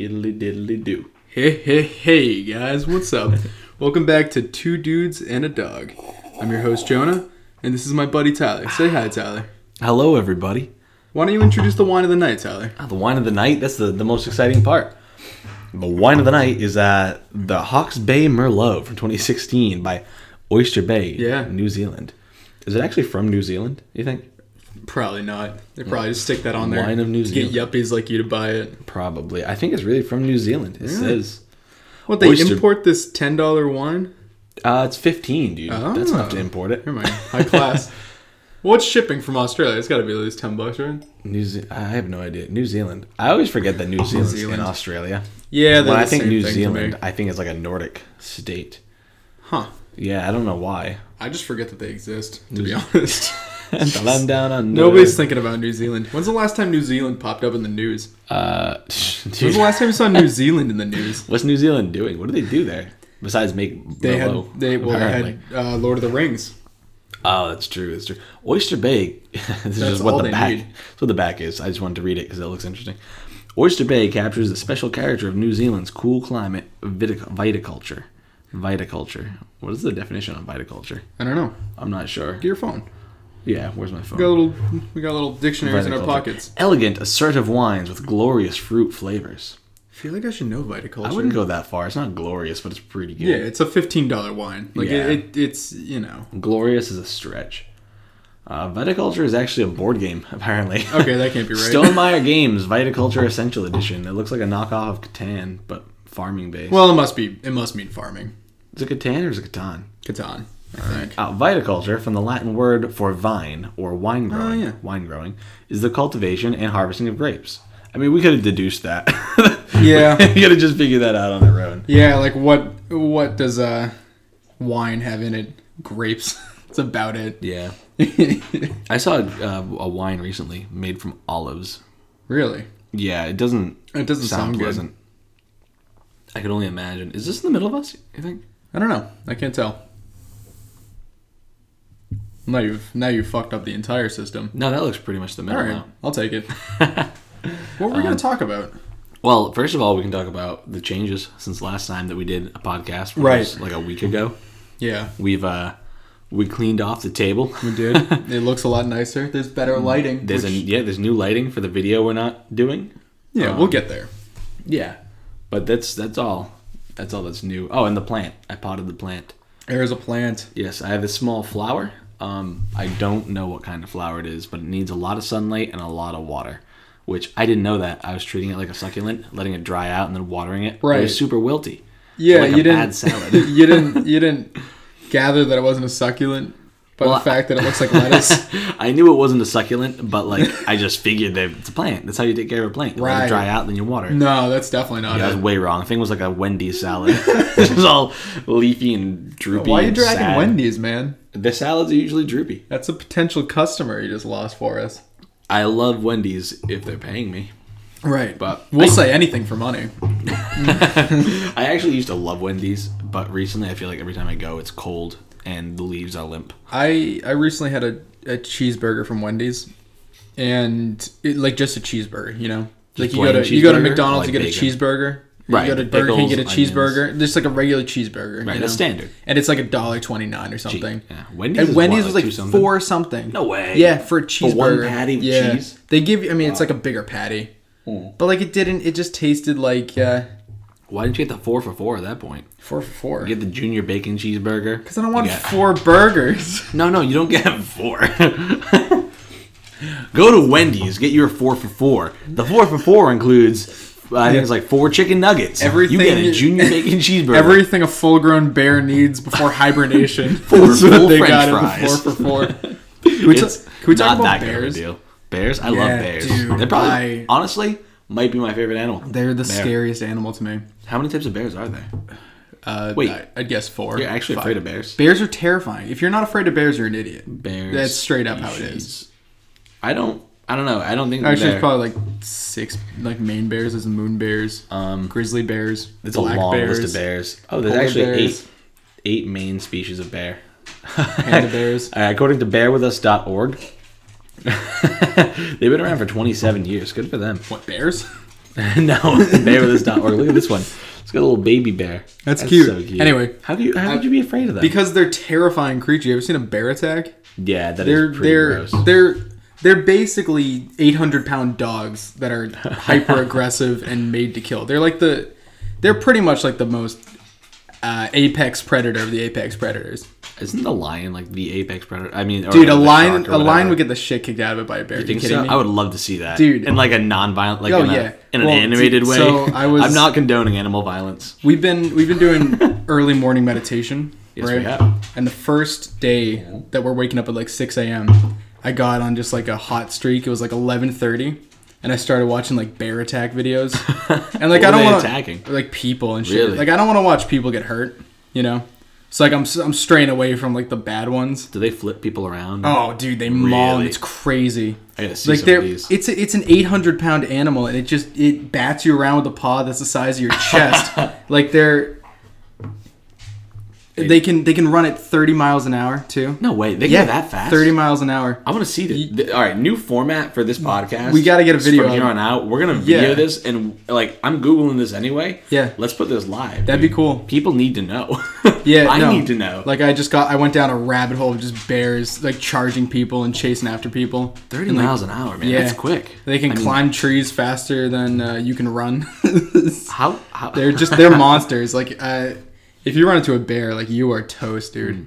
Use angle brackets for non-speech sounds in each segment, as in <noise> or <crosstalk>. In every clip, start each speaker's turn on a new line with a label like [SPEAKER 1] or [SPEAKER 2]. [SPEAKER 1] Diddly diddly do.
[SPEAKER 2] Hey, hey, hey, guys, what's <laughs> up? Welcome back to Two Dudes and a Dog. I'm your host, Jonah, and this is my buddy Tyler. Say hi, Tyler.
[SPEAKER 1] Hello, everybody.
[SPEAKER 2] Why don't you introduce the wine of the night, Tyler?
[SPEAKER 1] Ah, the wine of the night, that's the, the most exciting part. The wine of the night is uh, the Hawke's Bay Merlot from 2016 by Oyster Bay,
[SPEAKER 2] Yeah.
[SPEAKER 1] New Zealand. Is it actually from New Zealand, you think?
[SPEAKER 2] Probably not. They probably just stick that on there.
[SPEAKER 1] Wine of New
[SPEAKER 2] to Get yuppies like you to buy it.
[SPEAKER 1] Probably. I think it's really from New Zealand. It says.
[SPEAKER 2] What, they
[SPEAKER 1] Oyster-
[SPEAKER 2] import this $10 wine?
[SPEAKER 1] Uh, it's 15, dude. That's enough to
[SPEAKER 2] Oh.
[SPEAKER 1] import it.
[SPEAKER 2] Never mind. High <laughs> class. What's shipping from Australia? It's got to be at least 10 bucks, right?
[SPEAKER 1] New Ze- I have no idea. New Zealand. I always forget that New Zealand's in
[SPEAKER 2] Zealand.
[SPEAKER 1] Australia.
[SPEAKER 2] Yeah,
[SPEAKER 1] When
[SPEAKER 2] they're
[SPEAKER 1] I
[SPEAKER 2] the
[SPEAKER 1] think
[SPEAKER 2] same
[SPEAKER 1] New
[SPEAKER 2] thing to
[SPEAKER 1] Zealand,
[SPEAKER 2] me.
[SPEAKER 1] I think it's like a Nordic state.
[SPEAKER 2] Huh.
[SPEAKER 1] Yeah, I don't know why.
[SPEAKER 2] I just forget that they exist, to be <laughs> honest.
[SPEAKER 1] Slam down on
[SPEAKER 2] Nobody's thinking about New Zealand. When's the last time New Zealand popped up in the news?
[SPEAKER 1] Uh, <laughs>
[SPEAKER 2] When's the
[SPEAKER 1] dude,
[SPEAKER 2] last time you saw
[SPEAKER 1] <laughs>
[SPEAKER 2] New Zealand in the news?
[SPEAKER 1] what's New Zealand doing? What do they do there besides make
[SPEAKER 2] They
[SPEAKER 1] Merlot?
[SPEAKER 2] had they well they
[SPEAKER 1] apparently?
[SPEAKER 2] had uh, Lord of the Rings.
[SPEAKER 1] Oh, that's true. That's true. Oyster Bay. <laughs> this is
[SPEAKER 2] That's
[SPEAKER 1] just what
[SPEAKER 2] all
[SPEAKER 1] the
[SPEAKER 2] they
[SPEAKER 1] back.
[SPEAKER 2] need.
[SPEAKER 1] That's what the back is. I just wanted to read it because it looks interesting. Oyster Bay captures the special character of New Zealand's cool climate, vitic- viticulture. Viticulture. What is the definition of viticulture?
[SPEAKER 2] I don't know.
[SPEAKER 1] I'm not sure.
[SPEAKER 2] Get your phone.
[SPEAKER 1] Yeah, where's my phone?
[SPEAKER 2] We got little we got little dictionaries in our
[SPEAKER 1] Viticulture.
[SPEAKER 2] pockets.
[SPEAKER 1] Elegant, assertive wines with glorious fruit flavors.
[SPEAKER 2] I feel like I should know viticulture.
[SPEAKER 1] I wouldn't go that far. It's not glorious, but it's pretty good.
[SPEAKER 2] Yeah, it's a fifteen dollar wine. Like
[SPEAKER 1] Yeah.
[SPEAKER 2] it, it, it's you know.
[SPEAKER 1] Glorious is a stretch. Uh, Viticulture is actually a board game, <laughs> apparently.
[SPEAKER 2] Okay, that can't be right.
[SPEAKER 1] Stonemeyer Games Viticulture Essential Edition. It looks like a knockoff of Catan, but farming based.
[SPEAKER 2] Well, it must be. It must mean farming.
[SPEAKER 1] is it Catan or is it Catan?
[SPEAKER 2] Catan. I think.
[SPEAKER 1] Uh, viticulture, from the Latin word for vine or wine growing,
[SPEAKER 2] Oh, yeah.
[SPEAKER 1] wine growing, is the cultivation and harvesting of grapes. I mean, we could have deduced that. <laughs>
[SPEAKER 2] Yeah.
[SPEAKER 1] we could have just figured that out on our own.
[SPEAKER 2] Yeah, like what what does uh wine have in it? Grapes. <laughs> That's about it.
[SPEAKER 1] Yeah. I saw uh, a wine recently made from olives.
[SPEAKER 2] <laughs> really.
[SPEAKER 1] Yeah, it doesn't
[SPEAKER 2] It doesn't sound, good.
[SPEAKER 1] I could only imagine. Is this in the middle of us? You think?
[SPEAKER 2] I don't know. I can't tell. Now you've now you fucked up the entire system.
[SPEAKER 1] No, that looks pretty much the
[SPEAKER 2] All
[SPEAKER 1] middle
[SPEAKER 2] right, I'll
[SPEAKER 1] <laughs>
[SPEAKER 2] take it. what were we
[SPEAKER 1] Um,
[SPEAKER 2] gonna talk about?
[SPEAKER 1] Well, first of all, we can talk about the changes since last time that we did a podcast, which
[SPEAKER 2] Right.
[SPEAKER 1] was like a week ago.
[SPEAKER 2] Yeah,
[SPEAKER 1] We've uh we cleaned off the table.
[SPEAKER 2] we did. it looks a lot nicer. There's better lighting.
[SPEAKER 1] <laughs> Mm, There's a
[SPEAKER 2] which-
[SPEAKER 1] yeah, there's new lighting for the video we're not doing.
[SPEAKER 2] yeah.
[SPEAKER 1] um,
[SPEAKER 2] we'll get there.
[SPEAKER 1] Yeah. But that's that's all. That's all that's new. Oh, and the plant. I potted the plant.
[SPEAKER 2] There is a plant.
[SPEAKER 1] Yes, I have this small flower. Um, I don't know what kind of flower it is, but it needs a lot of sunlight and a lot of water, which I didn't know that. I was treating it like a succulent, letting it dry out and then watering it. It
[SPEAKER 2] Right.
[SPEAKER 1] was super wilty.
[SPEAKER 2] Yeah,
[SPEAKER 1] like a
[SPEAKER 2] you didn't. <laughs>
[SPEAKER 1] bad salad. <laughs>
[SPEAKER 2] you didn't. You didn't gather that it wasn't a succulent by
[SPEAKER 1] Well,
[SPEAKER 2] the fact that it looks like lettuce.
[SPEAKER 1] <laughs> I knew it wasn't a succulent, but
[SPEAKER 2] <laughs>
[SPEAKER 1] like I just figured that it's a plant. That's how you take care of a plant. You let
[SPEAKER 2] Right.
[SPEAKER 1] it dry out, then you water. it.
[SPEAKER 2] No, that's definitely not
[SPEAKER 1] I was
[SPEAKER 2] it.
[SPEAKER 1] way wrong. The thing was like a Wendy's salad.
[SPEAKER 2] <laughs>
[SPEAKER 1] <laughs> it was all leafy and droopy.
[SPEAKER 2] Why are you
[SPEAKER 1] and
[SPEAKER 2] dragging
[SPEAKER 1] sad.
[SPEAKER 2] Wendy's, man?
[SPEAKER 1] The salads are usually droopy.
[SPEAKER 2] That's a potential customer you just lost for us.
[SPEAKER 1] I love Wendy's if they're paying me.
[SPEAKER 2] Right,
[SPEAKER 1] but-
[SPEAKER 2] we'll say anything for money.
[SPEAKER 1] I actually used to love Wendy's, but recently I feel like every time I go, it's cold and the leaves are limp.
[SPEAKER 2] I I recently had a, a cheeseburger from Wendy's, and it, like just a cheeseburger, you know, like you go
[SPEAKER 1] plain
[SPEAKER 2] to you go to
[SPEAKER 1] cheeseburger? Like
[SPEAKER 2] McDonald's you get
[SPEAKER 1] bacon.
[SPEAKER 2] a cheeseburger.
[SPEAKER 1] Right,
[SPEAKER 2] You go to Burger King,
[SPEAKER 1] pickles,
[SPEAKER 2] get a
[SPEAKER 1] onions.
[SPEAKER 2] cheeseburger. Just like a regular cheeseburger.
[SPEAKER 1] Right,
[SPEAKER 2] you
[SPEAKER 1] that's standard.
[SPEAKER 2] And it's like a dollar twenty nine or something.
[SPEAKER 1] yeah. Wendy's
[SPEAKER 2] And
[SPEAKER 1] is
[SPEAKER 2] Wendy's
[SPEAKER 1] what,
[SPEAKER 2] was
[SPEAKER 1] like
[SPEAKER 2] like
[SPEAKER 1] two something?
[SPEAKER 2] four something.
[SPEAKER 1] No way.
[SPEAKER 2] Yeah, for a cheeseburger.
[SPEAKER 1] For one patty with
[SPEAKER 2] yeah.
[SPEAKER 1] cheese? Hmm.
[SPEAKER 2] They give you. I mean, it's like a bigger patty. But like it didn't. It just tasted like uh,
[SPEAKER 1] Why didn't you get the four for four at that point?
[SPEAKER 2] four for four.
[SPEAKER 1] You get the junior bacon cheeseburger.
[SPEAKER 2] Because I don't want
[SPEAKER 1] You got-
[SPEAKER 2] four burgers.
[SPEAKER 1] No, no, you don't get <laughs> four. Go to Wendy's, get your four for four. The four for four includes, I think it's like four chicken nuggets.
[SPEAKER 2] Everything-
[SPEAKER 1] you get a
[SPEAKER 2] <laughs>
[SPEAKER 1] junior bacon cheeseburger.
[SPEAKER 2] Everything a full grown bear
[SPEAKER 1] <laughs>
[SPEAKER 2] needs before hibernation.
[SPEAKER 1] Four
[SPEAKER 2] That's what
[SPEAKER 1] full
[SPEAKER 2] they
[SPEAKER 1] French
[SPEAKER 2] got in the
[SPEAKER 1] fries.
[SPEAKER 2] Four
[SPEAKER 1] <laughs>
[SPEAKER 2] for four. Can we, ta-
[SPEAKER 1] It's
[SPEAKER 2] can we talk
[SPEAKER 1] not that
[SPEAKER 2] about
[SPEAKER 1] good of a
[SPEAKER 2] bears?
[SPEAKER 1] deal. Bears, I love
[SPEAKER 2] Yeah,
[SPEAKER 1] bears.
[SPEAKER 2] dude,
[SPEAKER 1] They probably,
[SPEAKER 2] I-
[SPEAKER 1] honestly, might be my favorite animal.
[SPEAKER 2] They're the
[SPEAKER 1] Bear.
[SPEAKER 2] scariest animal to me.
[SPEAKER 1] How many types of bears are there?
[SPEAKER 2] Uh,
[SPEAKER 1] Wait.
[SPEAKER 2] I, would guess four.
[SPEAKER 1] You're actually
[SPEAKER 2] Five.
[SPEAKER 1] afraid of bears.
[SPEAKER 2] Bears are terrifying. If you're not afraid of bears, you're an idiot.
[SPEAKER 1] Bears.
[SPEAKER 2] That's straight up how it is.
[SPEAKER 1] species. I don't. I don't know. I don't think
[SPEAKER 2] Actually,
[SPEAKER 1] they're-
[SPEAKER 2] it's probably like six like main bears. There's moon bears,
[SPEAKER 1] Um,
[SPEAKER 2] grizzly bears,
[SPEAKER 1] It's a long list of bears. Oh, there's
[SPEAKER 2] polar
[SPEAKER 1] actually
[SPEAKER 2] bears.
[SPEAKER 1] eight eight main species of bear.
[SPEAKER 2] Panda bears.
[SPEAKER 1] <laughs> Uh, according to <laughs> bearwithus.org, they've been around for 27 years. Good for them. <laughs>
[SPEAKER 2] What bears? <laughs>
[SPEAKER 1] no, bear this dot org. Look at this one. It's got a little baby bear.
[SPEAKER 2] That's, cute.
[SPEAKER 1] so
[SPEAKER 2] Anyway,
[SPEAKER 1] how do you how
[SPEAKER 2] I-
[SPEAKER 1] could you be afraid of that?
[SPEAKER 2] because they're terrifying creature. You ever seen a bear attack?
[SPEAKER 1] yeah, that
[SPEAKER 2] They're
[SPEAKER 1] is pretty
[SPEAKER 2] they're
[SPEAKER 1] gross.
[SPEAKER 2] they're they're basically 800 pound dogs that
[SPEAKER 1] <laughs>
[SPEAKER 2] are hyper aggressive and made to kill. They're like the they're pretty much like the most uh, apex predator of the apex predators.
[SPEAKER 1] Isn't the lion like the apex predator? I mean, or
[SPEAKER 2] Dude, a
[SPEAKER 1] Oh, the
[SPEAKER 2] lion
[SPEAKER 1] shark or
[SPEAKER 2] a lion
[SPEAKER 1] whatever.
[SPEAKER 2] would get the shit kicked out of it by a bear. Are you
[SPEAKER 1] Think
[SPEAKER 2] kidding
[SPEAKER 1] so?
[SPEAKER 2] me?
[SPEAKER 1] I would love to see that,
[SPEAKER 2] Dude.
[SPEAKER 1] in like a non-violent, like
[SPEAKER 2] Oh,
[SPEAKER 1] in, a-
[SPEAKER 2] yeah.
[SPEAKER 1] in an
[SPEAKER 2] Well,
[SPEAKER 1] animated
[SPEAKER 2] d-
[SPEAKER 1] way.
[SPEAKER 2] so
[SPEAKER 1] <laughs>
[SPEAKER 2] I was-
[SPEAKER 1] I'm not condoning animal violence.
[SPEAKER 2] We've been we've been doing
[SPEAKER 1] <laughs>
[SPEAKER 2] early morning meditation,
[SPEAKER 1] Yes,
[SPEAKER 2] right?
[SPEAKER 1] we have.
[SPEAKER 2] And the first day that we're waking up at like six a.m., I got on just like a hot streak. It was like eleven thirty, and I started watching like bear
[SPEAKER 1] <laughs>
[SPEAKER 2] attack videos. And like
[SPEAKER 1] What were
[SPEAKER 2] I don't
[SPEAKER 1] they
[SPEAKER 2] want
[SPEAKER 1] attacking?
[SPEAKER 2] like people and shit.
[SPEAKER 1] Really?
[SPEAKER 2] Like I don't want to watch people get hurt. You know, so like I'm s- I'm straying away from like the bad ones.
[SPEAKER 1] Do they flip people around?
[SPEAKER 2] Oh, dude, they maul them.
[SPEAKER 1] Really?
[SPEAKER 2] It's crazy.
[SPEAKER 1] I gotta see
[SPEAKER 2] Like
[SPEAKER 1] some
[SPEAKER 2] they're
[SPEAKER 1] of these.
[SPEAKER 2] it's a, it's an 800 pound animal, and it just it bats you around with a paw that's the size of your chest.
[SPEAKER 1] <laughs>
[SPEAKER 2] like they're they can they can run at 30 miles an hour too.
[SPEAKER 1] no way, they go that fast.
[SPEAKER 2] 30 miles an hour.
[SPEAKER 1] I want to see this. Th- All right, new format for this podcast.
[SPEAKER 2] We gotta get a video
[SPEAKER 1] from here
[SPEAKER 2] of it.
[SPEAKER 1] on out. We're gonna video
[SPEAKER 2] Yeah.
[SPEAKER 1] this, and like I'm googling this anyway.
[SPEAKER 2] Yeah.
[SPEAKER 1] let's put this live.
[SPEAKER 2] That'd be cool.
[SPEAKER 1] People need to know. <laughs>
[SPEAKER 2] Yeah,
[SPEAKER 1] Mm. I
[SPEAKER 2] no.
[SPEAKER 1] need to know. Like
[SPEAKER 2] Like I just got I went down a rabbit hole of just bears like charging people and chasing after people.
[SPEAKER 1] 30
[SPEAKER 2] And, like,
[SPEAKER 1] miles an hour, man.
[SPEAKER 2] yeah.
[SPEAKER 1] That's quick.
[SPEAKER 2] They can
[SPEAKER 1] I mean,
[SPEAKER 2] climb trees faster than uh, you can run. <laughs>
[SPEAKER 1] How? how
[SPEAKER 2] They're
[SPEAKER 1] <laughs>
[SPEAKER 2] just they're monsters. Like uh, if you run into a bear, like you are toast, dude.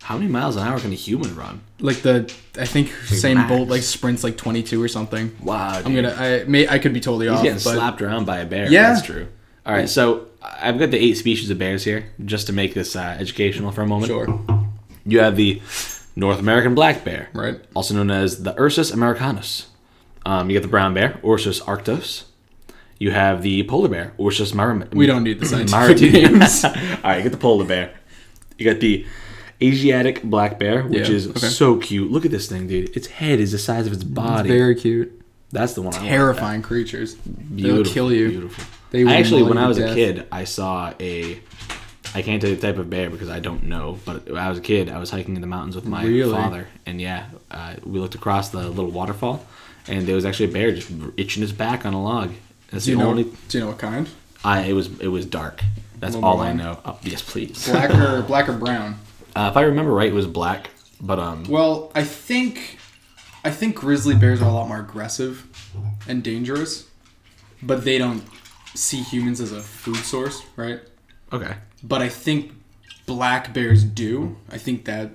[SPEAKER 1] how many miles an hour can a human run?
[SPEAKER 2] Like the I think Usain
[SPEAKER 1] max.
[SPEAKER 2] Bolt like sprints like 22 or something.
[SPEAKER 1] Wow,
[SPEAKER 2] I'm gonna I may I could be totally off.
[SPEAKER 1] He's
[SPEAKER 2] But
[SPEAKER 1] getting slapped around by a bear.
[SPEAKER 2] Yeah.
[SPEAKER 1] that's true. All right, so I've got the eight species of bears here, just to make this uh, educational for a moment.
[SPEAKER 2] Sure.
[SPEAKER 1] You have the North American black bear,
[SPEAKER 2] Right.
[SPEAKER 1] Also known as the Ursus americanus. Um, you got the brown bear, Ursus arctos. You have the polar bear, Ursus marim.
[SPEAKER 2] We don't need the
[SPEAKER 1] <laughs>
[SPEAKER 2] scientific names.
[SPEAKER 1] maritimus. All right, you got the polar bear. You got the Asiatic black bear, which
[SPEAKER 2] Yeah,
[SPEAKER 1] is
[SPEAKER 2] okay.
[SPEAKER 1] so cute. Look at this thing, dude. Its head is the size of its body.
[SPEAKER 2] Very cute.
[SPEAKER 1] That's the one. I want.
[SPEAKER 2] Terrifying creatures. They'll
[SPEAKER 1] Beautiful,
[SPEAKER 2] kill you.
[SPEAKER 1] Beautiful.
[SPEAKER 2] They
[SPEAKER 1] I
[SPEAKER 2] will
[SPEAKER 1] actually,
[SPEAKER 2] maul
[SPEAKER 1] when I
[SPEAKER 2] you to
[SPEAKER 1] was a
[SPEAKER 2] death.
[SPEAKER 1] kid, I saw a. I can't tell you the type of bear because I don't know. But when I was a kid, I was hiking in the mountains with my
[SPEAKER 2] Really?
[SPEAKER 1] father, and yeah, uh, we looked across the little waterfall, and there was actually a bear just itching his back on a log. That's
[SPEAKER 2] Do you
[SPEAKER 1] the
[SPEAKER 2] know?
[SPEAKER 1] only.
[SPEAKER 2] Do you know what kind?
[SPEAKER 1] I it was it was dark. That's
[SPEAKER 2] Little
[SPEAKER 1] all I
[SPEAKER 2] brown?
[SPEAKER 1] know. Oh, yes, please. <laughs> uh,
[SPEAKER 2] Black or <laughs> black or brown?
[SPEAKER 1] if I remember right, it was black. But um,
[SPEAKER 2] Well, I think I think grizzly bears are a lot more aggressive and dangerous, but they don't see humans as a food source, right?
[SPEAKER 1] okay.
[SPEAKER 2] But I think black bears do. I think that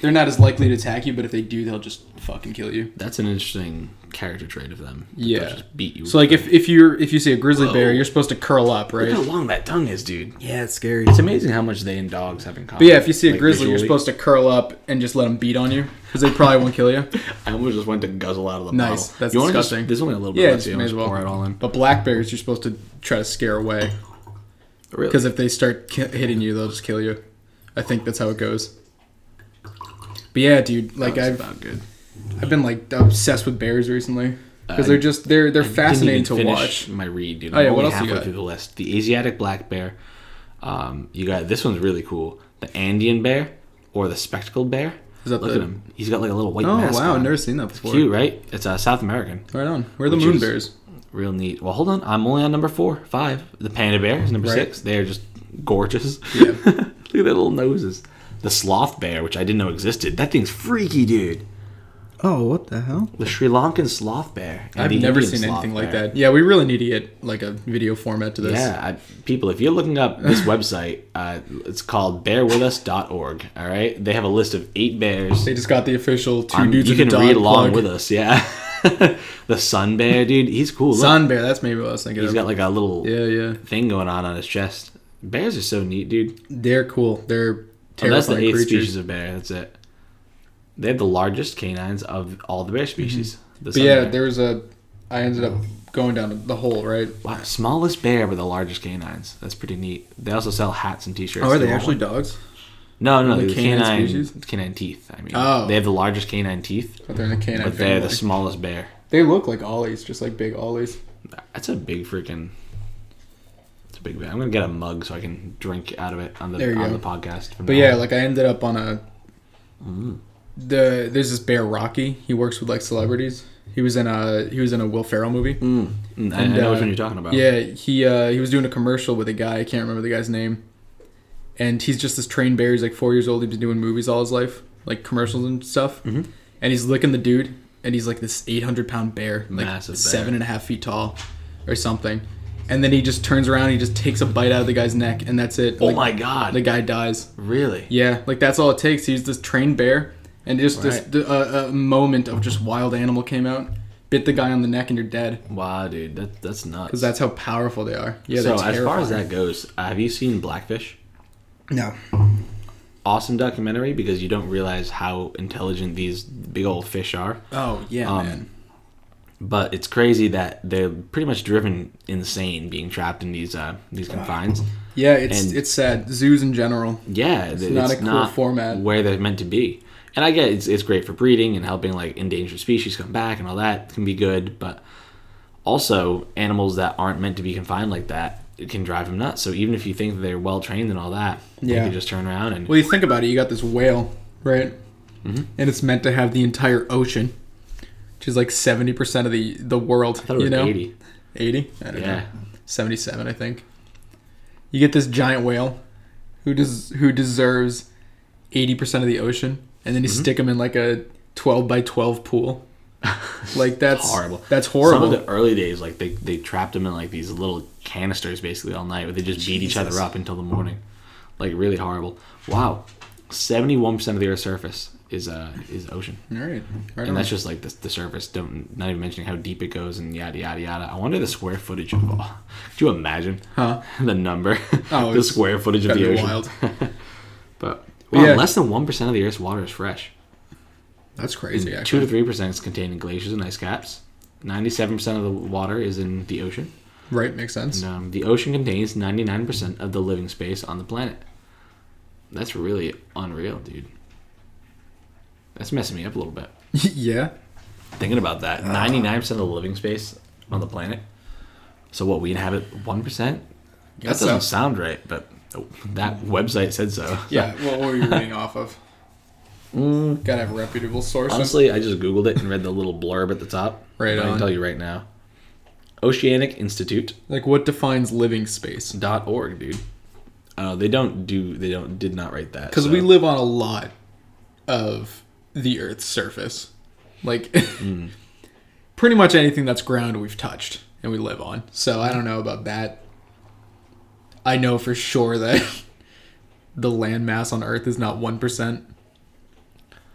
[SPEAKER 2] they're not as likely to attack you, but if they do, they'll just fucking kill you.
[SPEAKER 1] That's an interesting character trait of them. that they'll
[SPEAKER 2] Yeah.
[SPEAKER 1] just beat you.
[SPEAKER 2] So like if, if you're if you see a grizzly bear, you're supposed to curl up, right?
[SPEAKER 1] Look how long that tongue is, dude.
[SPEAKER 2] Yeah, it's scary.
[SPEAKER 1] It's amazing how much they and dogs have in common.
[SPEAKER 2] But yeah, if you see a
[SPEAKER 1] like,
[SPEAKER 2] grizzly, you're
[SPEAKER 1] visually.
[SPEAKER 2] supposed to curl up and just let them beat on you because they probably won't
[SPEAKER 1] <laughs>
[SPEAKER 2] kill you.
[SPEAKER 1] I almost just went to guzzle out of the
[SPEAKER 2] Nice.
[SPEAKER 1] bottle.
[SPEAKER 2] That's
[SPEAKER 1] wanna just-
[SPEAKER 2] disgusting.
[SPEAKER 1] there's only a little bit
[SPEAKER 2] Yeah,
[SPEAKER 1] left.
[SPEAKER 2] just
[SPEAKER 1] so you
[SPEAKER 2] may
[SPEAKER 1] almost
[SPEAKER 2] as well.
[SPEAKER 1] pour it all in.
[SPEAKER 2] But black bears, you're supposed to try to scare away
[SPEAKER 1] Really?
[SPEAKER 2] because if they start ki- hitting you, they'll just kill you. I think that's how it goes. But yeah, dude, like
[SPEAKER 1] That's
[SPEAKER 2] I've
[SPEAKER 1] about good.
[SPEAKER 2] I've been like obsessed with bears recently because
[SPEAKER 1] Uh, I-
[SPEAKER 2] they're just they're they're
[SPEAKER 1] Didn't
[SPEAKER 2] fascinating
[SPEAKER 1] even
[SPEAKER 2] to
[SPEAKER 1] finish
[SPEAKER 2] watch.
[SPEAKER 1] My read, dude.
[SPEAKER 2] Oh, yeah,
[SPEAKER 1] I'm
[SPEAKER 2] what
[SPEAKER 1] only
[SPEAKER 2] else you
[SPEAKER 1] halfway
[SPEAKER 2] got?
[SPEAKER 1] through the list. The Asiatic black bear. Um, you got this one's really cool. The Andean bear or the spectacled bear.
[SPEAKER 2] Is that
[SPEAKER 1] Look
[SPEAKER 2] the-
[SPEAKER 1] at him. He's got like a little white
[SPEAKER 2] Oh
[SPEAKER 1] mask.
[SPEAKER 2] wow,
[SPEAKER 1] on.
[SPEAKER 2] I've never seen that before.
[SPEAKER 1] Cute, right? It's uh, South American.
[SPEAKER 2] Right on. Where are the
[SPEAKER 1] Which
[SPEAKER 2] moon
[SPEAKER 1] is-
[SPEAKER 2] bears?
[SPEAKER 1] Real neat. Well, hold on. I'm only on number four, five. The panda bear is number
[SPEAKER 2] Right.
[SPEAKER 1] six. They are just gorgeous.
[SPEAKER 2] Yeah.
[SPEAKER 1] <laughs> Look at their little noses. The sloth bear, which I didn't know existed. That thing's freaky, dude.
[SPEAKER 2] Oh, what the hell?
[SPEAKER 1] The Sri Lankan sloth bear. and
[SPEAKER 2] I've
[SPEAKER 1] the
[SPEAKER 2] never
[SPEAKER 1] Indian
[SPEAKER 2] seen
[SPEAKER 1] sloth
[SPEAKER 2] anything like
[SPEAKER 1] bear.
[SPEAKER 2] that. Yeah, we really need to get like a video format to this.
[SPEAKER 1] Yeah, I, people, if you're looking up
[SPEAKER 2] <laughs>
[SPEAKER 1] this website, uh, it's called bearwithus.org. All right, they have a list of eight bears.
[SPEAKER 2] They just got the official 2
[SPEAKER 1] Um,
[SPEAKER 2] dudes
[SPEAKER 1] you can
[SPEAKER 2] with a dog
[SPEAKER 1] read along
[SPEAKER 2] plug.
[SPEAKER 1] with us. Yeah, <laughs> the sun bear, dude, he's cool. Look,
[SPEAKER 2] Sun bear, that's maybe what I was thinking
[SPEAKER 1] he's
[SPEAKER 2] of.
[SPEAKER 1] got like a little
[SPEAKER 2] yeah, yeah.
[SPEAKER 1] thing going on on his chest. Bears are so neat, dude.
[SPEAKER 2] They're cool. They're
[SPEAKER 1] Oh, that's the
[SPEAKER 2] terrifying
[SPEAKER 1] eighth
[SPEAKER 2] creatures.
[SPEAKER 1] species of bear. That's it. They have the largest canines of all the bear species. The
[SPEAKER 2] Mm-hmm. But
[SPEAKER 1] sun
[SPEAKER 2] yeah,
[SPEAKER 1] bear.
[SPEAKER 2] there was a. I ended up going down the hole, right?
[SPEAKER 1] Wow, smallest bear with the largest canines. That's pretty neat. They also sell hats and
[SPEAKER 2] Oh,
[SPEAKER 1] T-shirts. Oh, They want one.
[SPEAKER 2] dogs?
[SPEAKER 1] No, no,
[SPEAKER 2] Only
[SPEAKER 1] the
[SPEAKER 2] canine
[SPEAKER 1] canine,
[SPEAKER 2] species?
[SPEAKER 1] canine teeth. I mean,
[SPEAKER 2] Oh.
[SPEAKER 1] they have the largest canine teeth,
[SPEAKER 2] But they're in the canine
[SPEAKER 1] but they're
[SPEAKER 2] family.
[SPEAKER 1] the smallest bear.
[SPEAKER 2] They look like ollies, just like big ollies.
[SPEAKER 1] That's a big freaking. It's a big bear. I'm gonna get a mug so I can drink out of it on
[SPEAKER 2] There
[SPEAKER 1] the
[SPEAKER 2] you
[SPEAKER 1] on
[SPEAKER 2] go.
[SPEAKER 1] the podcast. from
[SPEAKER 2] But
[SPEAKER 1] now
[SPEAKER 2] yeah,
[SPEAKER 1] on.
[SPEAKER 2] like I ended
[SPEAKER 1] Mm.
[SPEAKER 2] up on a. The there's this bear Rocky. He works with like celebrities, He was in a he was in a Will Ferrell movie.
[SPEAKER 1] Mm, I, I know which
[SPEAKER 2] uh,
[SPEAKER 1] one you're talking about.
[SPEAKER 2] Yeah, he uh, he was doing a commercial with a guy. I can't remember the guy's name. And he's just this trained bear. He's like four years old. He's been doing movies all his life, like commercials and stuff.
[SPEAKER 1] Mm-hmm.
[SPEAKER 2] And he's licking the dude, and he's like this 800 pound bear, like
[SPEAKER 1] Massive bear.
[SPEAKER 2] seven and a half feet tall, or something. And then he just turns around. And he just takes a bite out of the guy's neck, and that's it.
[SPEAKER 1] Oh
[SPEAKER 2] Like,
[SPEAKER 1] my god.
[SPEAKER 2] The guy dies.
[SPEAKER 1] really?
[SPEAKER 2] Yeah, like that's all it takes. He's this trained bear, and just
[SPEAKER 1] Right.
[SPEAKER 2] this uh, a moment of just wild animal came out, bit the guy on the neck, and you're dead.
[SPEAKER 1] Wow, dude, that that's nuts.
[SPEAKER 2] Because that's how powerful they are. Yeah,
[SPEAKER 1] so
[SPEAKER 2] they're
[SPEAKER 1] as far as that
[SPEAKER 2] terrifying.
[SPEAKER 1] goes, have you seen Blackfish?
[SPEAKER 2] No.
[SPEAKER 1] Awesome documentary because you don't realize how intelligent these big old fish are.
[SPEAKER 2] Oh yeah,
[SPEAKER 1] Um,
[SPEAKER 2] man.
[SPEAKER 1] But it's crazy that they're pretty much driven insane being trapped in these uh, these confines.
[SPEAKER 2] Yeah, it's
[SPEAKER 1] and-
[SPEAKER 2] it's sad. Zoos in general.
[SPEAKER 1] Yeah, it's,
[SPEAKER 2] not
[SPEAKER 1] it's
[SPEAKER 2] a cool
[SPEAKER 1] not
[SPEAKER 2] format.
[SPEAKER 1] where they're meant to be. And I get it's, it's great for breeding and helping like endangered species come back and all that can be good, but also animals that aren't meant to be confined like that it can drive them nuts. So even if you think that they're well trained and all that, they
[SPEAKER 2] Yeah.
[SPEAKER 1] can just turn around and
[SPEAKER 2] Well, you think about it. You got this whale, right?
[SPEAKER 1] Mm-hmm.
[SPEAKER 2] And it's meant to have the entire ocean, which is like seventy percent of the the world.
[SPEAKER 1] I thought it was
[SPEAKER 2] you know,
[SPEAKER 1] 80.
[SPEAKER 2] 80? I don't
[SPEAKER 1] Yeah.
[SPEAKER 2] know, seventy-seven, I think. You get this giant whale, who does who deserves eighty percent of the ocean, and then
[SPEAKER 1] Mm-hmm.
[SPEAKER 2] you stick him in like a twelve by
[SPEAKER 1] <laughs>
[SPEAKER 2] twelve pool. Like that's
[SPEAKER 1] horrible.
[SPEAKER 2] That's horrible.
[SPEAKER 1] Some of the early days, like they, they trapped them in like these little canisters basically all night, where they just beat each other
[SPEAKER 2] Jesus.
[SPEAKER 1] up until the morning. Like really horrible. Wow, seventy one percent of the Earth's surface is uh is ocean,
[SPEAKER 2] All right, right
[SPEAKER 1] and
[SPEAKER 2] on.
[SPEAKER 1] that's just like the, the surface. Don't not even mentioning how deep it goes and yada yada yada. I wonder the square footage of all. <laughs> Could you imagine?
[SPEAKER 2] Huh?
[SPEAKER 1] <laughs> the number,
[SPEAKER 2] Oh,
[SPEAKER 1] the
[SPEAKER 2] it's
[SPEAKER 1] square footage of
[SPEAKER 2] Gotta
[SPEAKER 1] the
[SPEAKER 2] be
[SPEAKER 1] ocean.
[SPEAKER 2] wild.
[SPEAKER 1] But
[SPEAKER 2] But
[SPEAKER 1] wow,
[SPEAKER 2] yeah.
[SPEAKER 1] less than one percent of the Earth's water is fresh.
[SPEAKER 2] <laughs> That's crazy.
[SPEAKER 1] Two
[SPEAKER 2] Actually.
[SPEAKER 1] to three percent is contained in glaciers and ice caps. Ninety-seven percent of the water is in the ocean.
[SPEAKER 2] Right, makes sense.
[SPEAKER 1] And, um, the ocean contains 99% of the living space on the planet. That's really unreal, dude. That's messing me up a little bit.
[SPEAKER 2] <laughs> yeah.
[SPEAKER 1] Thinking about that,
[SPEAKER 2] Uh.
[SPEAKER 1] 99% of the living space on the planet. So what we inhabit 1%? That
[SPEAKER 2] That's
[SPEAKER 1] doesn't
[SPEAKER 2] a-
[SPEAKER 1] sound right, but that website said so. <laughs>
[SPEAKER 2] Yeah. What were you reading off of? Gotta have reputable sources.
[SPEAKER 1] Mm. Honestly, I just googled it and read the little blurb at the top.
[SPEAKER 2] Right
[SPEAKER 1] I can
[SPEAKER 2] on.
[SPEAKER 1] tell you right now. Oceanic Institute.
[SPEAKER 2] like, what defines living space?
[SPEAKER 1] dot org, dude. Uh, they don't do. They don't. Did not write that
[SPEAKER 2] Because
[SPEAKER 1] so-
[SPEAKER 2] we live on a lot of the Earth's surface. Like, <laughs>
[SPEAKER 1] Mm.
[SPEAKER 2] pretty much anything that's ground we've touched and we live on. So I don't know about that. I know for sure that <laughs> the landmass on Earth is not 1%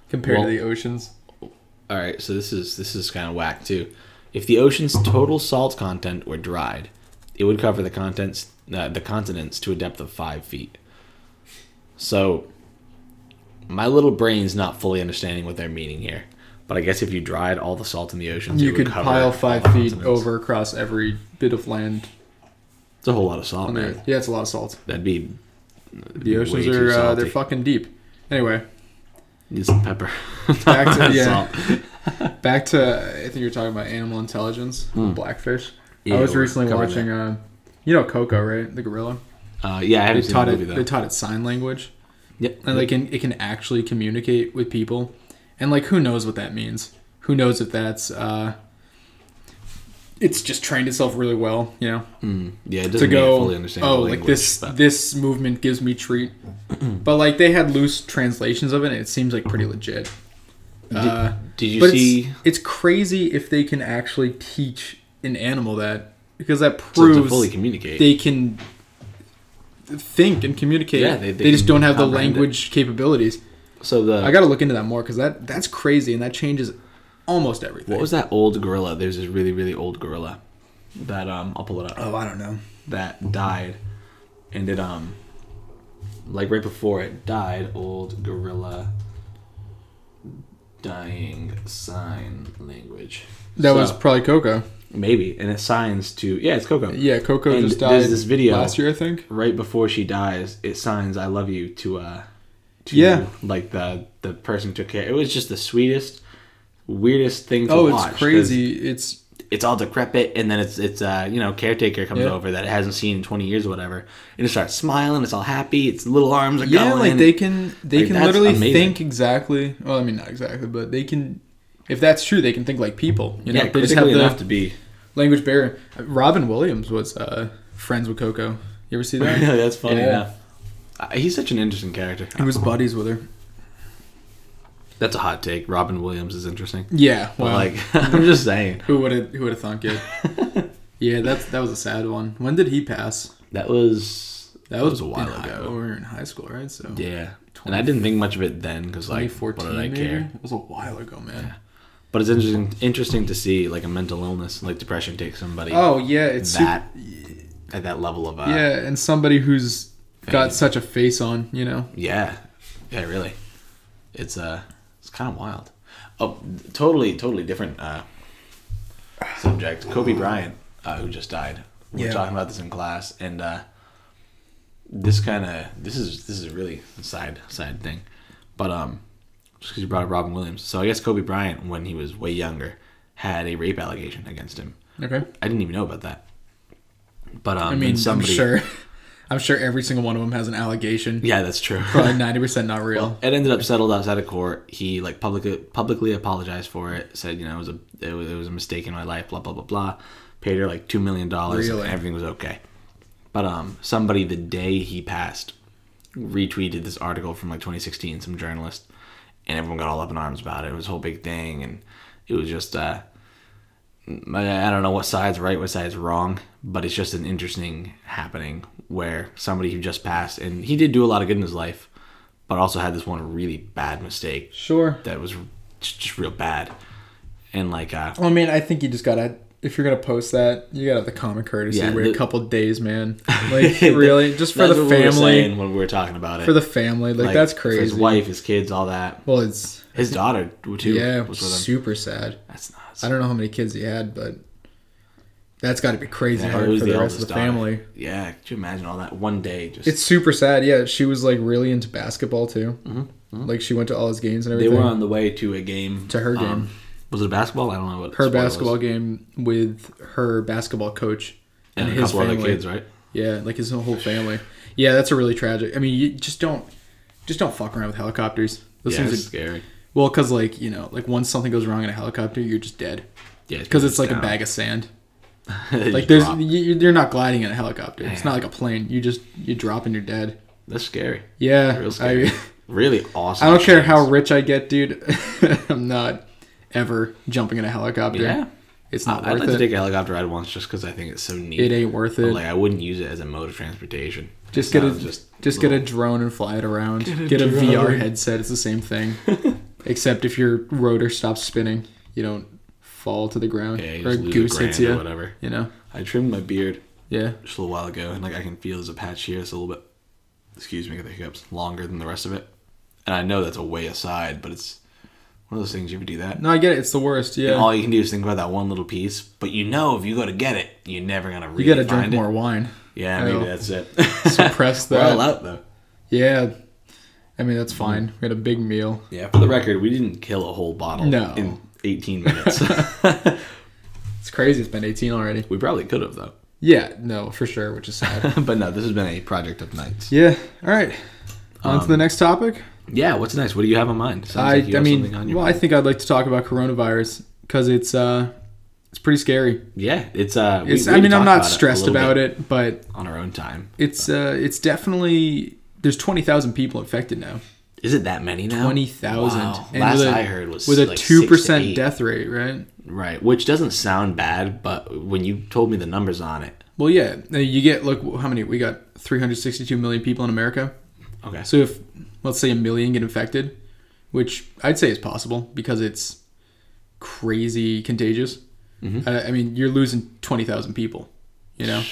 [SPEAKER 2] compared
[SPEAKER 1] Well-
[SPEAKER 2] to the oceans.
[SPEAKER 1] All right, so this is this is kind of whack too. If the ocean's total salt content were dried, it would cover the contents uh, the continents to a depth of five feet. So, my little brain's not fully understanding what they're meaning here. But I guess if you dried all the salt in the oceans,
[SPEAKER 2] You
[SPEAKER 1] it would
[SPEAKER 2] could
[SPEAKER 1] cover
[SPEAKER 2] pile
[SPEAKER 1] all
[SPEAKER 2] five
[SPEAKER 1] the
[SPEAKER 2] feet
[SPEAKER 1] continents.
[SPEAKER 2] over across every bit of land
[SPEAKER 1] It's a whole lot of salt,
[SPEAKER 2] on the
[SPEAKER 1] man.
[SPEAKER 2] Earth. Yeah, it's a lot of salt.
[SPEAKER 1] That'd be
[SPEAKER 2] The oceans
[SPEAKER 1] way too
[SPEAKER 2] are uh, they're
[SPEAKER 1] salty.
[SPEAKER 2] fucking deep.
[SPEAKER 1] <laughs>
[SPEAKER 2] Anyway,
[SPEAKER 1] need some pepper. <laughs>
[SPEAKER 2] Back to- yeah.
[SPEAKER 1] Salt.
[SPEAKER 2] back to I think you were talking about animal intelligence,
[SPEAKER 1] Hmm.
[SPEAKER 2] blackfish.
[SPEAKER 1] Yeah,
[SPEAKER 2] I was
[SPEAKER 1] we're
[SPEAKER 2] recently
[SPEAKER 1] covering
[SPEAKER 2] watching, uh, you know, Coco, right? The gorilla.
[SPEAKER 1] Uh, yeah, I haven't
[SPEAKER 2] They
[SPEAKER 1] seen the
[SPEAKER 2] taught
[SPEAKER 1] movie
[SPEAKER 2] it.
[SPEAKER 1] though. Hmm.
[SPEAKER 2] They taught it sign language,
[SPEAKER 1] yep.
[SPEAKER 2] and like it, it can actually communicate with people, and like who knows what that means? Who knows if that's uh, it's just trained itself really well, you know?
[SPEAKER 1] yeah, it
[SPEAKER 2] to
[SPEAKER 1] doesn't
[SPEAKER 2] go
[SPEAKER 1] fully understand.
[SPEAKER 2] oh
[SPEAKER 1] the
[SPEAKER 2] like
[SPEAKER 1] language,
[SPEAKER 2] this
[SPEAKER 1] but-
[SPEAKER 2] this movement gives
[SPEAKER 1] <clears throat>
[SPEAKER 2] me treat but like they had loose translations of it and it seems like pretty legit uh,
[SPEAKER 1] Did you
[SPEAKER 2] but
[SPEAKER 1] see?
[SPEAKER 2] it's, it's crazy if they can actually teach an animal that because that
[SPEAKER 1] to- to
[SPEAKER 2] proves
[SPEAKER 1] fully communicate.
[SPEAKER 2] they can think and communicate
[SPEAKER 1] Yeah, they-
[SPEAKER 2] they,
[SPEAKER 1] they
[SPEAKER 2] just
[SPEAKER 1] can
[SPEAKER 2] don't have the
[SPEAKER 1] comprehend it.
[SPEAKER 2] language capabilities
[SPEAKER 1] so the
[SPEAKER 2] i gotta look into that more because that that's crazy and that changes almost everything
[SPEAKER 1] what was that old gorilla? There's this really really old gorilla that um I'll pull it up
[SPEAKER 2] oh i don't know
[SPEAKER 1] that died, and it um like right before it died, old gorilla dying sign language.
[SPEAKER 2] that
[SPEAKER 1] So,
[SPEAKER 2] was probably coco
[SPEAKER 1] maybe and it signs to yeah it's Coco
[SPEAKER 2] yeah coco
[SPEAKER 1] And
[SPEAKER 2] just died
[SPEAKER 1] there's this video
[SPEAKER 2] last year i think
[SPEAKER 1] right before she dies, it signs "I love you" to uh, to
[SPEAKER 2] Yeah.
[SPEAKER 1] like the the person who took care. It was just the sweetest, weirdest thing to
[SPEAKER 2] Oh,
[SPEAKER 1] watch.
[SPEAKER 2] it's
[SPEAKER 1] 'cause
[SPEAKER 2] crazy. It's
[SPEAKER 1] It's all decrepit, and then it's it's uh you know caretaker comes
[SPEAKER 2] Yeah.
[SPEAKER 1] over that it hasn't seen in twenty years or whatever, and it starts smiling. It's all happy. Its little arms are
[SPEAKER 2] yeah,
[SPEAKER 1] going.
[SPEAKER 2] like they can they
[SPEAKER 1] Like,
[SPEAKER 2] can
[SPEAKER 1] that's
[SPEAKER 2] literally
[SPEAKER 1] amazing.
[SPEAKER 2] think exactly. Well, I mean not exactly, but they can If that's true, they can think like people. You know,
[SPEAKER 1] yeah,
[SPEAKER 2] they just have
[SPEAKER 1] critically enough to
[SPEAKER 2] the
[SPEAKER 1] be.
[SPEAKER 2] language barrier. Robin Williams was uh, friends with Coco. You ever see
[SPEAKER 1] <laughs>
[SPEAKER 2] that?
[SPEAKER 1] Really, that's funny
[SPEAKER 2] <laughs> Yeah.
[SPEAKER 1] enough. Uh, He's such an interesting character.
[SPEAKER 2] he was buddies with her.
[SPEAKER 1] That's a hot take. Robin Williams is interesting.
[SPEAKER 2] Yeah, well,
[SPEAKER 1] But like, <laughs> I'm just saying.
[SPEAKER 2] who would have who would have thought? Good.
[SPEAKER 1] <laughs>
[SPEAKER 2] yeah, that's that was a sad one. When did he pass?
[SPEAKER 1] That was
[SPEAKER 2] That was,
[SPEAKER 1] a while
[SPEAKER 2] in High,
[SPEAKER 1] ago.
[SPEAKER 2] we were in high school, right? So
[SPEAKER 1] Yeah. And I didn't think much of it then because like, what
[SPEAKER 2] 2014.
[SPEAKER 1] did I
[SPEAKER 2] maybe?
[SPEAKER 1] care?
[SPEAKER 2] It was a while ago, man.
[SPEAKER 1] But it's interesting interesting to see like a mental illness, like depression, take somebody
[SPEAKER 2] Oh yeah, it's super-
[SPEAKER 1] that at that level of uh,
[SPEAKER 2] yeah, and somebody who's got such a face on, you know.
[SPEAKER 1] Yeah, yeah, really. It's uh, it's kind of wild. Oh, totally, totally different uh, subject. Kobe Bryant, uh, who just died. We
[SPEAKER 2] Yeah.
[SPEAKER 1] were talking about this in class, and uh, this kind of this is this is a really side side thing, but um, just because you brought up Robin Williams, so I guess Kobe Bryant, when he was way younger, had a rape allegation against him.
[SPEAKER 2] Okay.
[SPEAKER 1] I didn't even know about that. But um,
[SPEAKER 2] I mean,
[SPEAKER 1] somebody,
[SPEAKER 2] I'm sure. <laughs> I'm sure every single one of them has an allegation.
[SPEAKER 1] yeah, that's
[SPEAKER 2] <laughs>
[SPEAKER 1] true.
[SPEAKER 2] Probably ninety percent not real.
[SPEAKER 1] It ended up settled outside of court. He like publicly publicly apologized for it. Said you know it was a it was, it was a mistake in my life. Blah blah blah blah. Paid her like two million dollars.
[SPEAKER 2] Really?
[SPEAKER 1] and Everything was okay. But um, somebody the day he passed retweeted this article from like 2016. Some journalist, and everyone got all up in arms about it. It was a whole big thing, and it was just uh, I I don't know what side's right, what side's wrong, but it's just an interesting happening where somebody who just passed and he did do a lot of good in his life, but also had this one really bad mistake
[SPEAKER 2] sure.
[SPEAKER 1] that was just just real bad, and like uh,
[SPEAKER 2] Well, I mean, I think you just gotta. If you're gonna post that, you gotta have the common courtesy.
[SPEAKER 1] Yeah,
[SPEAKER 2] wait
[SPEAKER 1] the-
[SPEAKER 2] a couple days,
[SPEAKER 1] <laughs>
[SPEAKER 2] man. Like really, just for
[SPEAKER 1] that's
[SPEAKER 2] the
[SPEAKER 1] what we were
[SPEAKER 2] family,
[SPEAKER 1] saying when we were talking about it.
[SPEAKER 2] for the family. Like,
[SPEAKER 1] Like,
[SPEAKER 2] that's
[SPEAKER 1] for His
[SPEAKER 2] crazy.
[SPEAKER 1] wife, his kids, all that.
[SPEAKER 2] well, it's
[SPEAKER 1] His daughter too.
[SPEAKER 2] yeah,
[SPEAKER 1] was with him.
[SPEAKER 2] super sad.
[SPEAKER 1] That's nuts.
[SPEAKER 2] I don't know how many kids he had, but that's got to be crazy
[SPEAKER 1] Yeah,
[SPEAKER 2] hard
[SPEAKER 1] it was
[SPEAKER 2] for the, rest
[SPEAKER 1] eldest
[SPEAKER 2] of the
[SPEAKER 1] daughter.
[SPEAKER 2] family.
[SPEAKER 1] Yeah, could you imagine all that one day? Just
[SPEAKER 2] It's super sad. Yeah, she was like really into basketball too. Like she went to all his games and
[SPEAKER 1] Mm-hmm. they
[SPEAKER 2] everything.
[SPEAKER 1] were on the way to a game. um,
[SPEAKER 2] To her game.
[SPEAKER 1] was it basketball? I don't know what
[SPEAKER 2] her
[SPEAKER 1] sport it was.
[SPEAKER 2] basketball game with her basketball coach
[SPEAKER 1] and,
[SPEAKER 2] and,
[SPEAKER 1] a
[SPEAKER 2] his
[SPEAKER 1] couple
[SPEAKER 2] family.
[SPEAKER 1] other kids, right?
[SPEAKER 2] Yeah, like his whole family. Yeah, that's a really tragic. I mean, you just don't just don't fuck around with helicopters. Those
[SPEAKER 1] yeah, it's
[SPEAKER 2] things are,
[SPEAKER 1] scary.
[SPEAKER 2] well, because like you know, like once something goes wrong in a helicopter, you're just dead
[SPEAKER 1] Yeah,
[SPEAKER 2] because it's like a bag of sand.
[SPEAKER 1] <laughs>
[SPEAKER 2] Like there's
[SPEAKER 1] drop.
[SPEAKER 2] you, you're not gliding in a helicopter. It's not like a plane. You just you drop and you're dead.
[SPEAKER 1] that's
[SPEAKER 2] <laughs>
[SPEAKER 1] scary.
[SPEAKER 2] Yeah,
[SPEAKER 1] Real scary.
[SPEAKER 2] I
[SPEAKER 1] really awesome.
[SPEAKER 2] I don't care how
[SPEAKER 1] machines.
[SPEAKER 2] rich I get, dude. <laughs> I'm not ever jumping in a helicopter.
[SPEAKER 1] Yeah.
[SPEAKER 2] it's not
[SPEAKER 1] I'd
[SPEAKER 2] worth
[SPEAKER 1] like
[SPEAKER 2] it.
[SPEAKER 1] to take a helicopter ride once just because I think it's so neat.
[SPEAKER 2] it ain't worth
[SPEAKER 1] But,
[SPEAKER 2] it.
[SPEAKER 1] like I wouldn't use it as a mode of transportation.
[SPEAKER 2] Just
[SPEAKER 1] It
[SPEAKER 2] get a
[SPEAKER 1] sounds
[SPEAKER 2] just, get
[SPEAKER 1] little-
[SPEAKER 2] a drone and fly it around. Get
[SPEAKER 1] a
[SPEAKER 2] a,
[SPEAKER 1] drone.
[SPEAKER 2] VR headset. It's the
[SPEAKER 1] <laughs>
[SPEAKER 2] same thing, except if your rotor stops spinning, you don't fall to the ground
[SPEAKER 1] yeah, you
[SPEAKER 2] or a
[SPEAKER 1] just lose
[SPEAKER 2] goose
[SPEAKER 1] a
[SPEAKER 2] hits
[SPEAKER 1] grand
[SPEAKER 2] you.
[SPEAKER 1] or whatever.
[SPEAKER 2] You know,
[SPEAKER 1] I trimmed my beard
[SPEAKER 2] yeah.
[SPEAKER 1] just a little while ago, and like I can feel there's a patch here. It's a little bit, excuse me, got the hiccups, longer than the rest of it. And I know that's a way aside, but it's one of those things you would do that.
[SPEAKER 2] No, I get it. It's the worst. Yeah,
[SPEAKER 1] And all you can do is think about that one little piece, but you know if you go to get it, you're never gonna really
[SPEAKER 2] you gotta
[SPEAKER 1] find
[SPEAKER 2] drink
[SPEAKER 1] it.
[SPEAKER 2] more
[SPEAKER 1] <laughs>
[SPEAKER 2] wine.
[SPEAKER 1] Yeah,
[SPEAKER 2] I
[SPEAKER 1] maybe
[SPEAKER 2] know.
[SPEAKER 1] that's
[SPEAKER 2] <laughs>
[SPEAKER 1] it.
[SPEAKER 2] Suppress
[SPEAKER 1] We're
[SPEAKER 2] that.
[SPEAKER 1] all out though.
[SPEAKER 2] Yeah, I mean
[SPEAKER 1] Mm-hmm.
[SPEAKER 2] that's fine. We had a big meal.
[SPEAKER 1] Yeah, for the record, we didn't kill a whole bottle
[SPEAKER 2] No.
[SPEAKER 1] in 18
[SPEAKER 2] <laughs>
[SPEAKER 1] minutes.
[SPEAKER 2] It's crazy. It's been 18 already.
[SPEAKER 1] we probably could have though. <laughs>
[SPEAKER 2] Yeah, no, for sure, which is sad.
[SPEAKER 1] but no, this has been a project of nights.
[SPEAKER 2] yeah. All right. On to the next topic.
[SPEAKER 1] Yeah, what's nice? What do you have in mind? Sounds
[SPEAKER 2] I,
[SPEAKER 1] Um, like you
[SPEAKER 2] I
[SPEAKER 1] have
[SPEAKER 2] mean,
[SPEAKER 1] something on your
[SPEAKER 2] well, I
[SPEAKER 1] mind.
[SPEAKER 2] think I'd like to talk about coronavirus because it's uh, it's pretty scary.
[SPEAKER 1] yeah, it's uh, we-
[SPEAKER 2] It's,
[SPEAKER 1] we
[SPEAKER 2] I mean,
[SPEAKER 1] talked
[SPEAKER 2] I'm not
[SPEAKER 1] about it a
[SPEAKER 2] stressed
[SPEAKER 1] little
[SPEAKER 2] about
[SPEAKER 1] bit
[SPEAKER 2] it, but
[SPEAKER 1] on our own time.
[SPEAKER 2] it's uh, it's definitely there's 20,000 people infected now.
[SPEAKER 1] Is it that many now?
[SPEAKER 2] 20,000.
[SPEAKER 1] Wow.
[SPEAKER 2] And
[SPEAKER 1] Oh, Last
[SPEAKER 2] with a-
[SPEAKER 1] I heard was
[SPEAKER 2] with a
[SPEAKER 1] like six to
[SPEAKER 2] 2%
[SPEAKER 1] eight.
[SPEAKER 2] death rate, right?
[SPEAKER 1] Right, which doesn't sound bad, but when you told me the numbers on it,
[SPEAKER 2] Well, yeah, now you get look how many we got 362 million people in America.
[SPEAKER 1] okay,
[SPEAKER 2] So if let's say a million get infected, which I'd say is possible because it's crazy contagious.
[SPEAKER 1] Mm-hmm.
[SPEAKER 2] I, I mean, you're losing twenty thousand people.
[SPEAKER 1] <sighs>
[SPEAKER 2] You know,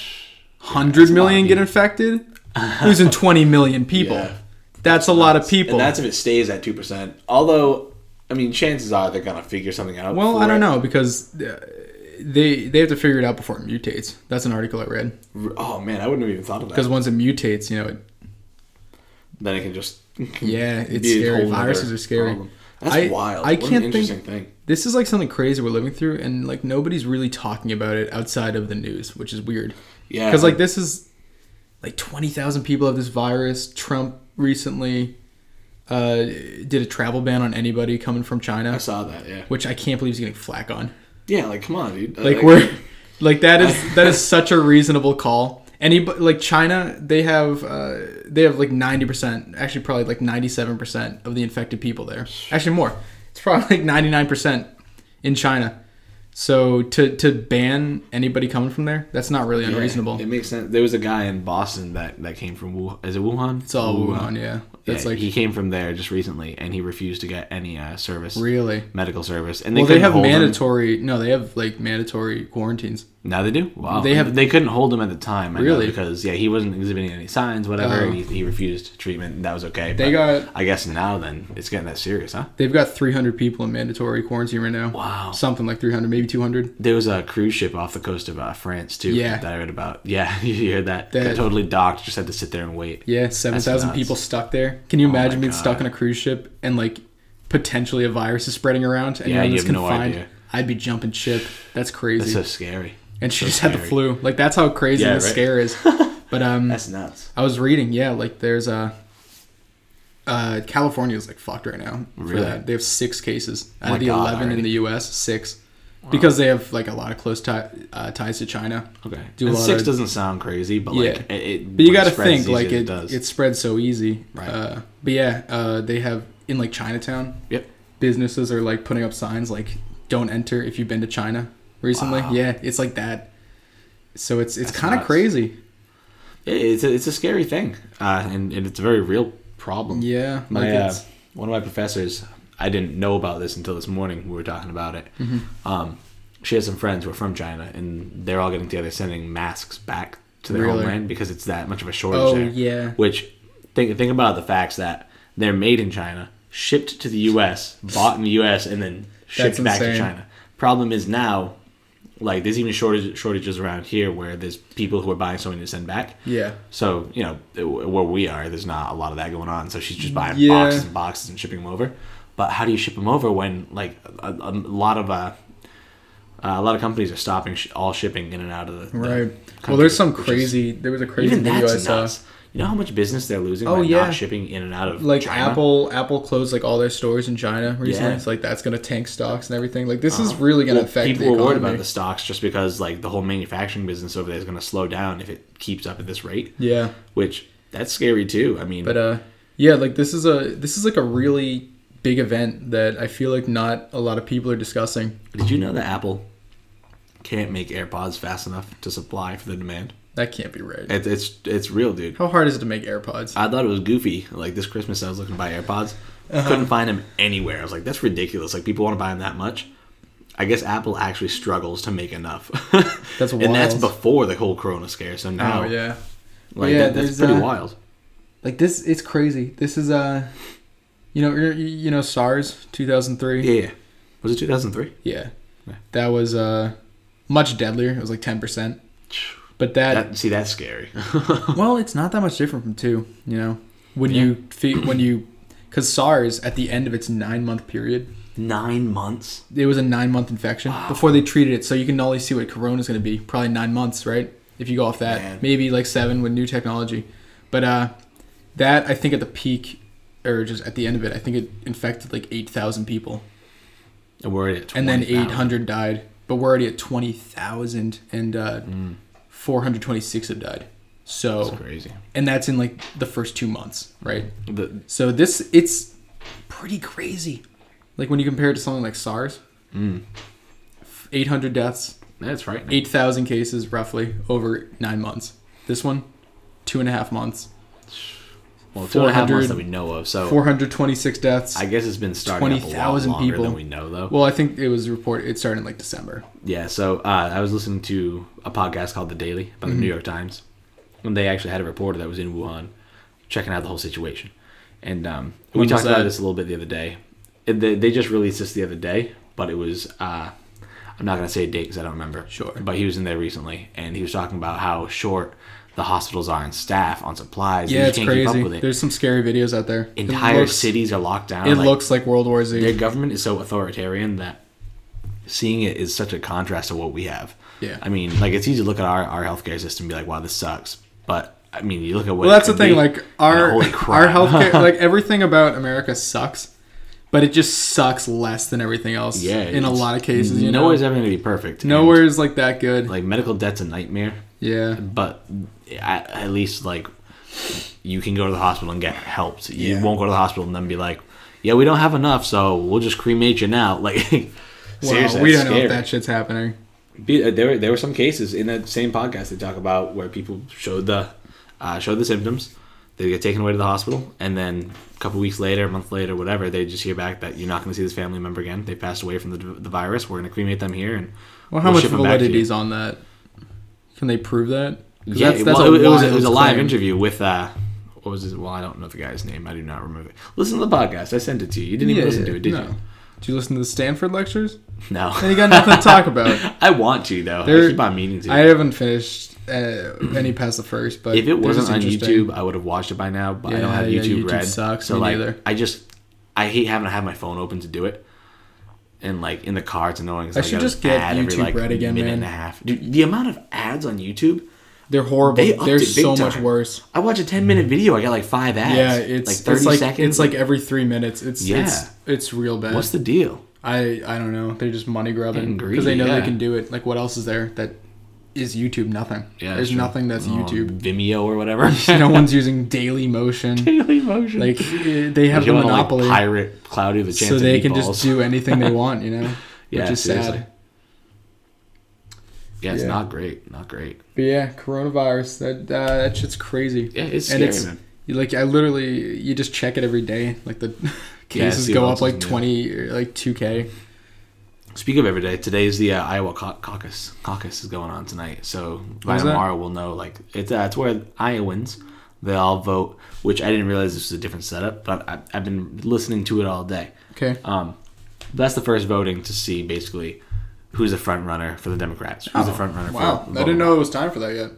[SPEAKER 2] hundred million get infected,
[SPEAKER 1] <laughs>
[SPEAKER 2] losing twenty million people.
[SPEAKER 1] Yeah.
[SPEAKER 2] That's a lot of people.
[SPEAKER 1] and that's if it stays at two percent. Although, I mean, chances are they're gonna figure something out.
[SPEAKER 2] well,
[SPEAKER 1] for
[SPEAKER 2] I don't
[SPEAKER 1] it.
[SPEAKER 2] know because uh, they they have to figure it out before it mutates. That's an article I read
[SPEAKER 1] Oh man, I wouldn't have even thought of that.
[SPEAKER 2] because once it mutates, you know, it,
[SPEAKER 1] then it can just <laughs>
[SPEAKER 2] yeah, it's
[SPEAKER 1] be a
[SPEAKER 2] scary.
[SPEAKER 1] whole nother
[SPEAKER 2] Viruses are scary.
[SPEAKER 1] problem. That's
[SPEAKER 2] I-
[SPEAKER 1] wild.
[SPEAKER 2] I
[SPEAKER 1] What an
[SPEAKER 2] can't think-
[SPEAKER 1] interesting thing.
[SPEAKER 2] This is like something crazy we're living through, and like nobody's really talking about it outside of the news, which is weird.
[SPEAKER 1] Yeah,
[SPEAKER 2] Because like this is like twenty thousand people have this virus. Trump recently, uh, did a travel ban on anybody coming from China,
[SPEAKER 1] I saw that. Yeah.
[SPEAKER 2] which I can't believe he's getting flack on.
[SPEAKER 1] Yeah. Like, come on, dude. <laughs>
[SPEAKER 2] Like we're <laughs> like that is that is such a reasonable call. Any like China, they have uh, they have like ninety percent, actually probably like ninety seven percent of the infected people there. Actually more. It's probably like ninety nine percent in China. So to to ban anybody coming from there, that's not really
[SPEAKER 1] Yeah,
[SPEAKER 2] unreasonable.
[SPEAKER 1] It makes sense. There was a guy in Boston that that came from Wuhan. Is it Wuhan?
[SPEAKER 2] it's all Wuhan, yeah. That's like
[SPEAKER 1] he came from there just recently, and he refused to get any uh, service,
[SPEAKER 2] really.
[SPEAKER 1] medical service. And they
[SPEAKER 2] Well, they
[SPEAKER 1] couldn't
[SPEAKER 2] have
[SPEAKER 1] hold him.
[SPEAKER 2] mandatory. No, they have like mandatory quarantines.
[SPEAKER 1] Now they do. Wow.
[SPEAKER 2] They
[SPEAKER 1] They
[SPEAKER 2] have-
[SPEAKER 1] have. They couldn't hold him at the time. I know,
[SPEAKER 2] Really?
[SPEAKER 1] because yeah, he wasn't exhibiting any signs, whatever.
[SPEAKER 2] Oh.
[SPEAKER 1] and he, he refused treatment. and That was okay.
[SPEAKER 2] They
[SPEAKER 1] but
[SPEAKER 2] got-
[SPEAKER 1] I guess now then it's getting that serious, huh?
[SPEAKER 2] They've got 300 people in mandatory quarantine right now.
[SPEAKER 1] Wow.
[SPEAKER 2] Something like 300, maybe 200.
[SPEAKER 1] There was a cruise ship off the coast of uh, France too.
[SPEAKER 2] Yeah.
[SPEAKER 1] That I read about. <laughs> Yeah, you heard that?
[SPEAKER 2] That-
[SPEAKER 1] Got totally docked. Just had to sit there and wait.
[SPEAKER 2] Yeah, 7,000
[SPEAKER 1] nuts. Oh
[SPEAKER 2] people stuck there. Can you
[SPEAKER 1] my
[SPEAKER 2] imagine being
[SPEAKER 1] God.
[SPEAKER 2] stuck on a cruise ship and like potentially a virus is spreading around and
[SPEAKER 1] Yeah,
[SPEAKER 2] you're
[SPEAKER 1] you
[SPEAKER 2] just
[SPEAKER 1] have no
[SPEAKER 2] confined?
[SPEAKER 1] idea.
[SPEAKER 2] I'd be jumping ship. That's
[SPEAKER 1] That's
[SPEAKER 2] crazy.
[SPEAKER 1] so scary.
[SPEAKER 2] and she
[SPEAKER 1] so
[SPEAKER 2] just had the
[SPEAKER 1] scary.
[SPEAKER 2] flu. Like that's how crazy
[SPEAKER 1] Yeah,
[SPEAKER 2] the
[SPEAKER 1] right. <laughs>
[SPEAKER 2] scare is. But um,
[SPEAKER 1] That's nuts.
[SPEAKER 2] I was reading, yeah, like there's a uh, California's like fucked right now. For
[SPEAKER 1] Really? Oh
[SPEAKER 2] that. They have six cases out
[SPEAKER 1] my
[SPEAKER 2] of the
[SPEAKER 1] God,
[SPEAKER 2] eleven in
[SPEAKER 1] already?
[SPEAKER 2] the U.S. Six, because they have like a lot of close tie, uh, ties to China.
[SPEAKER 1] Okay.
[SPEAKER 2] Do a
[SPEAKER 1] and
[SPEAKER 2] lot
[SPEAKER 1] six
[SPEAKER 2] of-
[SPEAKER 1] doesn't sound crazy, but like
[SPEAKER 2] Yeah.
[SPEAKER 1] it, it
[SPEAKER 2] But you
[SPEAKER 1] when it
[SPEAKER 2] got to
[SPEAKER 1] spreads
[SPEAKER 2] think
[SPEAKER 1] easy
[SPEAKER 2] like
[SPEAKER 1] as
[SPEAKER 2] it,
[SPEAKER 1] does.
[SPEAKER 2] it spreads so easy.
[SPEAKER 1] Right.
[SPEAKER 2] Uh, but yeah, uh, they have in like Chinatown,
[SPEAKER 1] Yep.
[SPEAKER 2] businesses are like putting up signs like "Don't enter if you've been to China." Recently,
[SPEAKER 1] Wow.
[SPEAKER 2] yeah, it's like that. So it's it's
[SPEAKER 1] That's
[SPEAKER 2] kind of
[SPEAKER 1] nuts.
[SPEAKER 2] crazy.
[SPEAKER 1] It- it's a, it's a scary thing, uh, and, and it's a very real problem.
[SPEAKER 2] Yeah,
[SPEAKER 1] My
[SPEAKER 2] like
[SPEAKER 1] uh,
[SPEAKER 2] it's-
[SPEAKER 1] one of my professors, I didn't know about this until this morning. We were talking about it.
[SPEAKER 2] Mm-hmm.
[SPEAKER 1] Um, she has some friends who are from China, and they're all getting together, sending masks back to their
[SPEAKER 2] Really?
[SPEAKER 1] homeland because it's that much of a shortage.
[SPEAKER 2] oh
[SPEAKER 1] there.
[SPEAKER 2] yeah,
[SPEAKER 1] Which think think about the facts that they're made in China, shipped to the U.S., bought in the U.S., and then
[SPEAKER 2] That's
[SPEAKER 1] shipped back to
[SPEAKER 2] insane.
[SPEAKER 1] China. Problem is now, like there's even shortage, shortages around here where there's people who are buying something to send back.
[SPEAKER 2] yeah.
[SPEAKER 1] So you know where we are, there's not a lot of that going on. So she's just buying
[SPEAKER 2] Yeah.
[SPEAKER 1] boxes and boxes and shipping them over. But how do you ship them over when like a, a lot of uh, a lot of companies are stopping sh- all shipping in and out of the the
[SPEAKER 2] Right.
[SPEAKER 1] country,
[SPEAKER 2] Well, there's some
[SPEAKER 1] which is-
[SPEAKER 2] crazy. There was a crazy
[SPEAKER 1] even
[SPEAKER 2] video I
[SPEAKER 1] that's
[SPEAKER 2] saw.
[SPEAKER 1] nuts. You know how much business they're losing
[SPEAKER 2] Oh,
[SPEAKER 1] by
[SPEAKER 2] yeah.
[SPEAKER 1] not shipping in and out of
[SPEAKER 2] Like
[SPEAKER 1] China?
[SPEAKER 2] Apple, Apple closed like all their stores in China recently.
[SPEAKER 1] Yeah.
[SPEAKER 2] It's like that's gonna tank stocks and everything. Like this is really gonna
[SPEAKER 1] Well,
[SPEAKER 2] affect
[SPEAKER 1] people
[SPEAKER 2] the
[SPEAKER 1] were
[SPEAKER 2] economy.
[SPEAKER 1] worried about the stocks just because like the whole manufacturing business over there is going to slow down if it keeps up at this rate,
[SPEAKER 2] Yeah,
[SPEAKER 1] which that's scary too. I mean,
[SPEAKER 2] but uh, yeah, like this is a this is like a really big event that I feel like not a lot of people are discussing.
[SPEAKER 1] did you know that Apple can't make AirPods fast enough to supply for the demand?
[SPEAKER 2] That can't be right.
[SPEAKER 1] It's it's, it's real, dude.
[SPEAKER 2] How hard is it to make AirPods?
[SPEAKER 1] I thought it was goofy. Like this Christmas, I was looking to buy AirPods,
[SPEAKER 2] Uh-huh.
[SPEAKER 1] couldn't find them anywhere. I was like, that's ridiculous. Like people want to buy them that much. I guess Apple actually struggles to make enough. <laughs>
[SPEAKER 2] That's
[SPEAKER 1] and that's
[SPEAKER 2] wild.
[SPEAKER 1] before the whole Corona scare. So now,
[SPEAKER 2] Oh yeah,
[SPEAKER 1] like
[SPEAKER 2] Yeah,
[SPEAKER 1] that, that's
[SPEAKER 2] there's,
[SPEAKER 1] pretty
[SPEAKER 2] uh,
[SPEAKER 1] wild.
[SPEAKER 2] like this. It's crazy. This is uh, you know, you- you know, SARS two thousand three.
[SPEAKER 1] Yeah, yeah. was it 2003?
[SPEAKER 2] Yeah.
[SPEAKER 1] Yeah.
[SPEAKER 2] That was uh much deadlier. It was like 10%. But that,
[SPEAKER 1] That, see, that's scary. <laughs>
[SPEAKER 2] well, it's not that much different from 2, you know. When you fe- when you cuz SARS at the end of its 9-month period,
[SPEAKER 1] Nine months.
[SPEAKER 2] it was a 9-month infection before they treated it. So you can only see what corona's going to be, probably 9 months, right? If you go off that,
[SPEAKER 1] Man.
[SPEAKER 2] maybe like 7 with new technology. But uh that I think at the peak or just at the end of it, I think it infected like 8,000 people.
[SPEAKER 1] And we're at
[SPEAKER 2] and then
[SPEAKER 1] 20,000.
[SPEAKER 2] 800 died but we're already at 20000 and uh, 426 have died
[SPEAKER 1] Mm. That's
[SPEAKER 2] so
[SPEAKER 1] crazy.
[SPEAKER 2] and that's in like the first two months right
[SPEAKER 1] The,
[SPEAKER 2] so this it's pretty crazy like when you compare it to something like sars
[SPEAKER 1] Mm.
[SPEAKER 2] 800 deaths
[SPEAKER 1] that's frightening.
[SPEAKER 2] 8000 cases roughly over nine months this one two and a half months
[SPEAKER 1] well, two and a half
[SPEAKER 2] 400
[SPEAKER 1] months that we know of. So
[SPEAKER 2] 426 deaths
[SPEAKER 1] I guess it's been starting up a lot
[SPEAKER 2] 20,000
[SPEAKER 1] longer
[SPEAKER 2] people.
[SPEAKER 1] than we know, though.
[SPEAKER 2] well i think it was reported it started in like december
[SPEAKER 1] Yeah, so uh, I was listening to a podcast called The Daily by the
[SPEAKER 2] Mm-hmm.
[SPEAKER 1] New York Times, and they actually had a reporter that was in Wuhan checking out the whole situation. And um, we
[SPEAKER 2] When was
[SPEAKER 1] talked about
[SPEAKER 2] that?
[SPEAKER 1] this a little bit the other day. It, they, they just released this the other day, but it was uh, I'm not gonna say a date because I don't remember.
[SPEAKER 2] Sure.
[SPEAKER 1] But he was in there recently, and he was talking about how short the hospitals are on staff, on supplies.
[SPEAKER 2] yeah
[SPEAKER 1] you
[SPEAKER 2] it's
[SPEAKER 1] can't keep
[SPEAKER 2] crazy
[SPEAKER 1] up with it.
[SPEAKER 2] there's some scary videos out there It
[SPEAKER 1] Entire
[SPEAKER 2] looks-
[SPEAKER 1] cities are locked down.
[SPEAKER 2] It
[SPEAKER 1] like,
[SPEAKER 2] looks like World War Z.
[SPEAKER 1] their government is so authoritarian that seeing it is such a contrast to what we have.
[SPEAKER 2] Yeah.
[SPEAKER 1] I mean, like it's easy to look at our, our healthcare system and be like, wow, this sucks. But I mean, you look at what.
[SPEAKER 2] Well,
[SPEAKER 1] it
[SPEAKER 2] that's the
[SPEAKER 1] could
[SPEAKER 2] thing.
[SPEAKER 1] be,
[SPEAKER 2] Like
[SPEAKER 1] and
[SPEAKER 2] <laughs> our
[SPEAKER 1] holy
[SPEAKER 2] our
[SPEAKER 1] crap. <laughs>
[SPEAKER 2] healthcare, like everything about America sucks, but it just sucks less than everything else.
[SPEAKER 1] yeah,
[SPEAKER 2] in a
[SPEAKER 1] it's-
[SPEAKER 2] lot of cases, you know,
[SPEAKER 1] nowhere's ever going to be perfect. and,
[SPEAKER 2] nowhere's like that good.
[SPEAKER 1] like medical debt's a nightmare,
[SPEAKER 2] yeah,
[SPEAKER 1] but at, at least like you can go to the hospital and get helped. You
[SPEAKER 2] Yeah.
[SPEAKER 1] won't go to the hospital and then be like, yeah, we don't have enough, so we'll just cremate you now. <laughs> Like, seriously,
[SPEAKER 2] wow, we don't know if that shit's happening.
[SPEAKER 1] Be- uh, there were there were some cases in that same podcast they talk about where people showed the uh, showed the symptoms, they get taken away to the hospital, and then a couple weeks later, a month later, whatever, they just hear back that you're not going to see this family member again. They passed away from the, the virus. We're going to cremate them here, and
[SPEAKER 2] Well, how
[SPEAKER 1] We'll
[SPEAKER 2] much
[SPEAKER 1] ship 'em back to
[SPEAKER 2] validity
[SPEAKER 1] you.
[SPEAKER 2] is on that? Can they prove that? 'Cause
[SPEAKER 1] yeah,
[SPEAKER 2] that's-
[SPEAKER 1] it-
[SPEAKER 2] that's
[SPEAKER 1] well, it, was, it was a
[SPEAKER 2] wild
[SPEAKER 1] live
[SPEAKER 2] claim.
[SPEAKER 1] interview with uh, what was his? Well, I don't know the guy's name. I do not remember. it. Listen to the podcast. I sent it to you. You didn't even
[SPEAKER 2] Yeah,
[SPEAKER 1] listen
[SPEAKER 2] yeah,
[SPEAKER 1] to it, did
[SPEAKER 2] no.
[SPEAKER 1] you? <laughs>
[SPEAKER 2] Did you listen to the Stanford lectures?
[SPEAKER 1] No.
[SPEAKER 2] And you got nothing to talk about.
[SPEAKER 1] <laughs> I want to though.
[SPEAKER 2] There-
[SPEAKER 1] I keep on meaning to.
[SPEAKER 2] I haven't finished uh, any past the first, but
[SPEAKER 1] If it
[SPEAKER 2] they're
[SPEAKER 1] wasn't
[SPEAKER 2] just
[SPEAKER 1] on
[SPEAKER 2] interesting.
[SPEAKER 1] YouTube, I would have watched it by now. But I don't
[SPEAKER 2] Yeah,
[SPEAKER 1] have
[SPEAKER 2] yeah,
[SPEAKER 1] YouTube
[SPEAKER 2] YouTube
[SPEAKER 1] Red.
[SPEAKER 2] sucks,
[SPEAKER 1] So
[SPEAKER 2] me
[SPEAKER 1] like,
[SPEAKER 2] neither.
[SPEAKER 1] I just I hate having to have my phone open to do it. And like in the car, it's annoying. 'cause
[SPEAKER 2] I
[SPEAKER 1] gotta
[SPEAKER 2] should just get
[SPEAKER 1] ad every,
[SPEAKER 2] YouTube Red again,
[SPEAKER 1] minute
[SPEAKER 2] man.
[SPEAKER 1] and a half. Dude, the amount of ads on YouTube.
[SPEAKER 2] they're horrible.
[SPEAKER 1] They
[SPEAKER 2] They
[SPEAKER 1] upped
[SPEAKER 2] are
[SPEAKER 1] it big
[SPEAKER 2] so much
[SPEAKER 1] time.
[SPEAKER 2] worse.
[SPEAKER 1] I watch a ten minute video. I got like five ads.
[SPEAKER 2] Mm. Yeah, it's
[SPEAKER 1] like thirty
[SPEAKER 2] it's like,
[SPEAKER 1] seconds.
[SPEAKER 2] It's like every three minutes. It's
[SPEAKER 1] Yeah.
[SPEAKER 2] it's it's real bad.
[SPEAKER 1] what's the deal?
[SPEAKER 2] I I don't know. They're just money grubbing
[SPEAKER 1] And
[SPEAKER 2] because they know
[SPEAKER 1] greedy, yeah.
[SPEAKER 2] they can do it. Like what else is there that is YouTube? Nothing.
[SPEAKER 1] Yeah,
[SPEAKER 2] there's
[SPEAKER 1] sure.
[SPEAKER 2] nothing that's
[SPEAKER 1] Um, <laughs>
[SPEAKER 2] YouTube.
[SPEAKER 1] Vimeo, or
[SPEAKER 2] <laughs>
[SPEAKER 1] whatever.
[SPEAKER 2] no one's using Daily Motion.
[SPEAKER 1] <laughs> Daily Motion.
[SPEAKER 2] Like eh, they have
[SPEAKER 1] you
[SPEAKER 2] the
[SPEAKER 1] want
[SPEAKER 2] monopoly,
[SPEAKER 1] like pirate Cloudy the chance
[SPEAKER 2] so
[SPEAKER 1] of
[SPEAKER 2] they can
[SPEAKER 1] Meatballs.
[SPEAKER 2] just do anything
[SPEAKER 1] <laughs>
[SPEAKER 2] they want. You know,
[SPEAKER 1] Yeah,
[SPEAKER 2] which is
[SPEAKER 1] seriously.
[SPEAKER 2] sad.
[SPEAKER 1] Yeah, it's
[SPEAKER 2] yeah.
[SPEAKER 1] not great. Not great.
[SPEAKER 2] But yeah, coronavirus. That uh, that shit's crazy.
[SPEAKER 1] Yeah, it's
[SPEAKER 2] And
[SPEAKER 1] scary,
[SPEAKER 2] it's-
[SPEAKER 1] man.
[SPEAKER 2] You, like I literally, you just check it every day. Like the <laughs> cases
[SPEAKER 1] see
[SPEAKER 2] go
[SPEAKER 1] what
[SPEAKER 2] up
[SPEAKER 1] else is
[SPEAKER 2] like
[SPEAKER 1] new.
[SPEAKER 2] twenty, or, like two k.
[SPEAKER 1] Speak of every day, today is the uh, Iowa cau- caucus. Caucus is going on tonight, so by
[SPEAKER 2] What is that?
[SPEAKER 1] tomorrow we'll know. Like it's that's where Iowans they all vote, which I didn't realize this was a different setup, but I, I've been listening to it all day.
[SPEAKER 2] Okay.
[SPEAKER 1] Um, that's the first voting to see basically who's the front runner for the Democrats. Who's the front runner?
[SPEAKER 2] Oh, Wow,
[SPEAKER 1] for
[SPEAKER 2] I didn't
[SPEAKER 1] vote.
[SPEAKER 2] know it was time for that yet.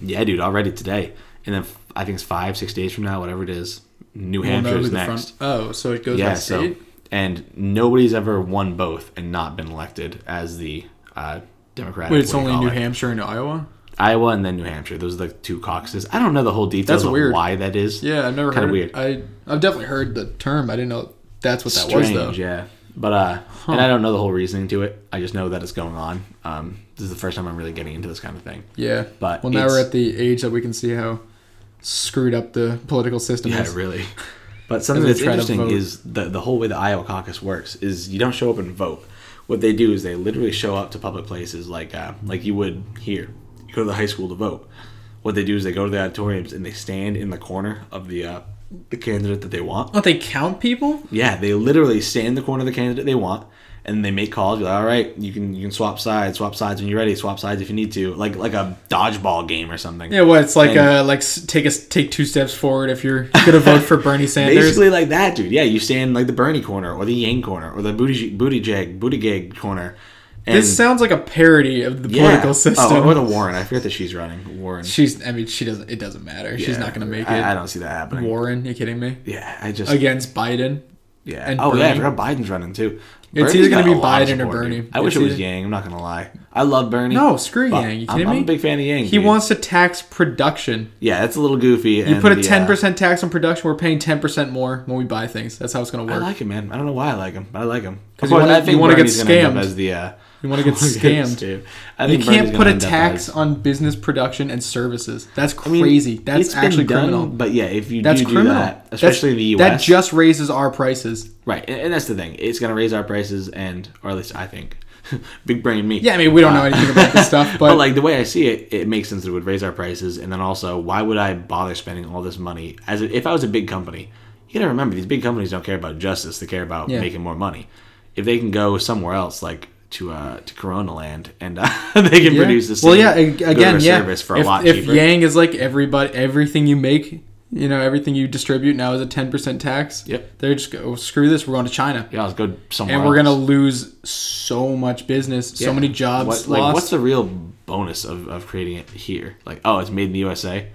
[SPEAKER 1] Yeah, dude, already today, and then f- I think it's five, six days from now, whatever it is. New
[SPEAKER 2] We'll know
[SPEAKER 1] Hampshire
[SPEAKER 2] who
[SPEAKER 1] is
[SPEAKER 2] the
[SPEAKER 1] next.
[SPEAKER 2] front. Oh, so it goes
[SPEAKER 1] yeah,
[SPEAKER 2] by
[SPEAKER 1] so
[SPEAKER 2] state.
[SPEAKER 1] and nobody's ever won both and not been elected as the uh, Democratic.
[SPEAKER 2] Wait, it's
[SPEAKER 1] what do you
[SPEAKER 2] only
[SPEAKER 1] call
[SPEAKER 2] New
[SPEAKER 1] it?
[SPEAKER 2] Hampshire and Iowa.
[SPEAKER 1] Iowa and then New Hampshire. Those are the two caucuses. I don't know the whole details
[SPEAKER 2] That's
[SPEAKER 1] of
[SPEAKER 2] weird.
[SPEAKER 1] why that is.
[SPEAKER 2] Yeah, I've never
[SPEAKER 1] Kinda
[SPEAKER 2] heard.
[SPEAKER 1] weird.
[SPEAKER 2] I I've definitely heard the term. I didn't know that's what that was
[SPEAKER 1] Strange,
[SPEAKER 2] though.
[SPEAKER 1] Yeah, but uh, and I don't know the whole reasoning to it. I just know that it's going on. Um, this is the first time I'm really getting into this kind of thing.
[SPEAKER 2] Yeah.
[SPEAKER 1] But
[SPEAKER 2] well, now we're
[SPEAKER 1] it's-
[SPEAKER 2] at the age that we can see how screwed up the political system
[SPEAKER 1] Yeah,
[SPEAKER 2] is.
[SPEAKER 1] really. But something
[SPEAKER 2] they
[SPEAKER 1] that's
[SPEAKER 2] try to
[SPEAKER 1] interesting
[SPEAKER 2] vote.
[SPEAKER 1] is the the whole way the Iowa caucus works is you don't show up and vote. What they do is they literally show up to public places like uh, like you would here. You go to the high school to vote. What they do is they go to the auditoriums and they stand in the corner of the uh, the candidate that they want.
[SPEAKER 2] Don't they count people?
[SPEAKER 1] Yeah, they literally stand in the corner of the candidate they want, and they make calls. You're like, all right, you can you can swap sides, swap sides when you're ready, swap sides if you need to, like like a dodgeball game or something.
[SPEAKER 2] Yeah, well, it's like
[SPEAKER 1] And-
[SPEAKER 2] uh, like s- take us take two steps forward if you're gonna vote
[SPEAKER 1] <laughs>
[SPEAKER 2] for Bernie Sanders.
[SPEAKER 1] Basically like that, dude. Yeah, you stand like the Bernie corner or the Yang corner or the Booty Booty Jag Booty Gag corner. And
[SPEAKER 2] This sounds like a parody of the
[SPEAKER 1] yeah.
[SPEAKER 2] political system.
[SPEAKER 1] Oh, or the Warren. I forget that she's running Warren.
[SPEAKER 2] She's, I mean, she doesn't. It doesn't matter. She's
[SPEAKER 1] Yeah,
[SPEAKER 2] not gonna make
[SPEAKER 1] I, I
[SPEAKER 2] it.
[SPEAKER 1] don't see that happening.
[SPEAKER 2] Warren, you kidding me?
[SPEAKER 1] Yeah, I just
[SPEAKER 2] Against Biden.
[SPEAKER 1] yeah.
[SPEAKER 2] and
[SPEAKER 1] oh yeah, I
[SPEAKER 2] Bernie.
[SPEAKER 1] forgot Biden's running too.
[SPEAKER 2] It's
[SPEAKER 1] Bernie's
[SPEAKER 2] either gonna
[SPEAKER 1] got a
[SPEAKER 2] be
[SPEAKER 1] lot of
[SPEAKER 2] Biden or
[SPEAKER 1] support,
[SPEAKER 2] Bernie.
[SPEAKER 1] dude. I wish
[SPEAKER 2] It's
[SPEAKER 1] it was
[SPEAKER 2] either-
[SPEAKER 1] Yang. I'm not gonna lie. I love Bernie.
[SPEAKER 2] No, screw
[SPEAKER 1] but
[SPEAKER 2] Yang. You
[SPEAKER 1] I'm-
[SPEAKER 2] kidding
[SPEAKER 1] I'm,
[SPEAKER 2] me?
[SPEAKER 1] a big fan of Yang.
[SPEAKER 2] He wants to tax production.
[SPEAKER 1] Yeah, it's a little goofy.
[SPEAKER 2] You put a ten percent tax on production. We're paying ten percent more when we buy things. That's how it's gonna
[SPEAKER 1] I
[SPEAKER 2] work.
[SPEAKER 1] like him, man. I don't know why I like him, but I like him. Because
[SPEAKER 2] you wanna-
[SPEAKER 1] I think
[SPEAKER 2] you wanna get
[SPEAKER 1] Bernie's gonna end up
[SPEAKER 2] scammed.
[SPEAKER 1] As the uh, <laughs>
[SPEAKER 2] You wanna get
[SPEAKER 1] I
[SPEAKER 2] scammed.
[SPEAKER 1] I
[SPEAKER 2] you
[SPEAKER 1] think Bernie's
[SPEAKER 2] can't
[SPEAKER 1] gonna
[SPEAKER 2] put a
[SPEAKER 1] end up
[SPEAKER 2] tax
[SPEAKER 1] as-
[SPEAKER 2] on business production and services. That's
[SPEAKER 1] I mean,
[SPEAKER 2] crazy. That's
[SPEAKER 1] it's been
[SPEAKER 2] actually
[SPEAKER 1] done,
[SPEAKER 2] criminal.
[SPEAKER 1] But yeah, if you
[SPEAKER 2] That's
[SPEAKER 1] do
[SPEAKER 2] criminal.
[SPEAKER 1] do that, especially
[SPEAKER 2] That's-
[SPEAKER 1] in the U.S.,
[SPEAKER 2] That just raises our prices.
[SPEAKER 1] right? And, and that's the thing; it's going to raise our prices, and or at least I think, <laughs> big brain me.
[SPEAKER 2] Yeah, I mean, we don't know anything about this stuff,
[SPEAKER 1] <laughs>
[SPEAKER 2] but,
[SPEAKER 1] But, like the way I see it, it makes sense that it would raise our prices, and then also, why would I bother spending all this money? As if I was a big company, you got to remember these big companies don't care about justice; they care about
[SPEAKER 2] Yeah.
[SPEAKER 1] making more money. If they can go somewhere else, like to uh, to Corona Land, and uh, <laughs> they can
[SPEAKER 2] yeah.
[SPEAKER 1] produce the same
[SPEAKER 2] well, yeah, ag-
[SPEAKER 1] good of
[SPEAKER 2] again,
[SPEAKER 1] a
[SPEAKER 2] yeah.
[SPEAKER 1] service for
[SPEAKER 2] if,
[SPEAKER 1] a lot
[SPEAKER 2] if
[SPEAKER 1] cheaper.
[SPEAKER 2] Yang is like everybody, everything you make, you know, everything you distribute now is a ten percent tax.
[SPEAKER 1] Yep.
[SPEAKER 2] They're just go oh, screw this. We're going to China,
[SPEAKER 1] yeah, let's go somewhere.
[SPEAKER 2] and we're gonna
[SPEAKER 1] else.
[SPEAKER 2] lose so much business, so
[SPEAKER 1] Yeah.
[SPEAKER 2] many jobs
[SPEAKER 1] What-
[SPEAKER 2] lost.
[SPEAKER 1] like, what's the real bonus of, of creating it here? Like, oh, it's made in the USA.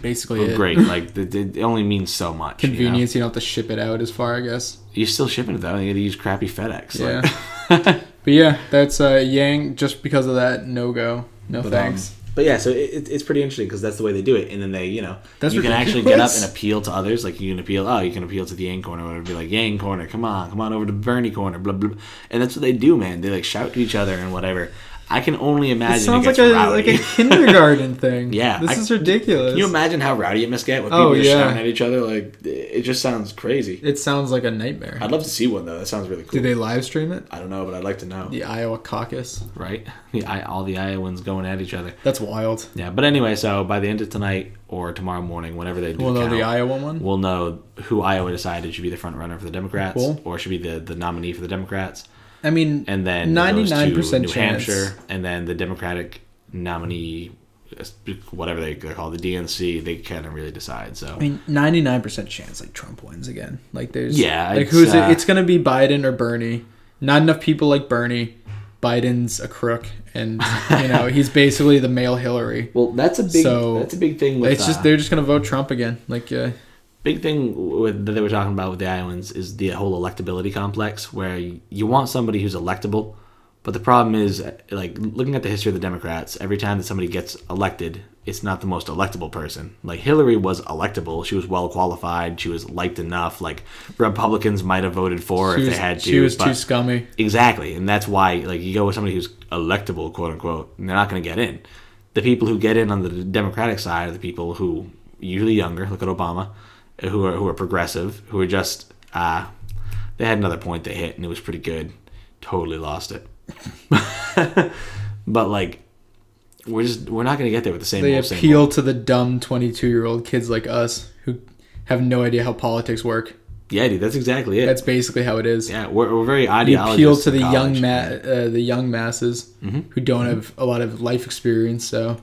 [SPEAKER 2] Basically,
[SPEAKER 1] Well,
[SPEAKER 2] it.
[SPEAKER 1] great. Like, the, the- it only means so much. you know?
[SPEAKER 2] convenience. You, don't have to ship it out as far, I guess.
[SPEAKER 1] You are still shipping it though. You got to use crappy FedEx.
[SPEAKER 2] Yeah.
[SPEAKER 1] Like, <laughs>
[SPEAKER 2] but yeah, that's uh, Yang. Just because of that, no go, no
[SPEAKER 1] But, um,
[SPEAKER 2] thanks.
[SPEAKER 1] But yeah, so it, it- it's pretty interesting because that's the way they do it, and then they, you know,
[SPEAKER 2] That's
[SPEAKER 1] you can actually get up
[SPEAKER 2] ridiculous.
[SPEAKER 1] and appeal to others. Like you can appeal, oh, you can appeal to the Yang corner, whatever. Be like Yang corner, come on, come on over to Bernie corner, blah blah. blah. And that's what they do, man. They like shout to each other and whatever. I can only imagine.
[SPEAKER 2] It sounds
[SPEAKER 1] it
[SPEAKER 2] like
[SPEAKER 1] gets
[SPEAKER 2] a
[SPEAKER 1] rowdy. <laughs>
[SPEAKER 2] like a kindergarten thing.
[SPEAKER 1] Yeah,
[SPEAKER 2] this
[SPEAKER 1] I-
[SPEAKER 2] is ridiculous.
[SPEAKER 1] Can you imagine how rowdy it must get when people
[SPEAKER 2] Oh,
[SPEAKER 1] are
[SPEAKER 2] yeah.
[SPEAKER 1] shouting at each other? Like it just sounds crazy.
[SPEAKER 2] it sounds like a nightmare.
[SPEAKER 1] I'd love to see one though. That sounds really cool.
[SPEAKER 2] Do they live stream it?
[SPEAKER 1] I don't know, but I'd like to know.
[SPEAKER 2] The Iowa caucus.
[SPEAKER 1] Right? <laughs> The, I, all the Iowans going at each other.
[SPEAKER 2] That's wild.
[SPEAKER 1] Yeah, but anyway, so by the end of tonight or tomorrow morning, whenever they do
[SPEAKER 2] We'll know
[SPEAKER 1] count,
[SPEAKER 2] the Iowa one.
[SPEAKER 1] we'll know who Iowa decided should be the front runner for the Democrats
[SPEAKER 2] Cool.
[SPEAKER 1] or should be the, the nominee for the Democrats.
[SPEAKER 2] I mean,
[SPEAKER 1] And then ninety nine
[SPEAKER 2] 99%
[SPEAKER 1] percent New
[SPEAKER 2] chance.
[SPEAKER 1] Hampshire, and then the Democratic nominee, whatever they, they're called, the DNC, they kind of really decide. So
[SPEAKER 2] I mean, ninety nine percent chance like Trump wins again. Like there's
[SPEAKER 1] Yeah,
[SPEAKER 2] like
[SPEAKER 1] it's,
[SPEAKER 2] who's
[SPEAKER 1] uh,
[SPEAKER 2] it? It's gonna be Biden or Bernie. Not enough people like Bernie. Biden's a crook, and
[SPEAKER 1] <laughs>
[SPEAKER 2] you know he's basically the male Hillary.
[SPEAKER 1] Well, that's a big
[SPEAKER 2] So,
[SPEAKER 1] that's a big thing with
[SPEAKER 2] It's just
[SPEAKER 1] uh,
[SPEAKER 2] they're just gonna vote Trump again. Like uh,
[SPEAKER 1] big thing with, that they were talking about with the Iowans is the whole electability complex, where you, you want somebody who's electable, but the problem is like looking at the history of the Democrats, every time that somebody gets elected, it's not the most electable person. Like Hillary was electable; she was well qualified, she was liked enough. Like Republicans might have voted for her
[SPEAKER 2] she
[SPEAKER 1] if
[SPEAKER 2] was,
[SPEAKER 1] they had to.
[SPEAKER 2] she was
[SPEAKER 1] but-
[SPEAKER 2] too scummy.
[SPEAKER 1] Exactly, and that's why like you go with somebody who's electable, quote unquote, and they're not going to get in. The people who get in on the Democratic side are the people who usually younger. Look at Obama, who are who are progressive, who are just uh, they had another point they hit and it was pretty good. Totally lost it, <laughs> but like we're just we're not going to get there with the same.
[SPEAKER 2] They
[SPEAKER 1] old, same
[SPEAKER 2] appeal to the dumb twenty two year old kids like us who have no idea how politics work.
[SPEAKER 1] old. Yeah, dude, that's exactly it.
[SPEAKER 2] That's basically how it is.
[SPEAKER 1] yeah, we're, we're very
[SPEAKER 2] You
[SPEAKER 1] ideological.
[SPEAKER 2] appeal to the young ma- uh, the young masses
[SPEAKER 1] Mm-hmm.
[SPEAKER 2] who don't have a lot of life experience. So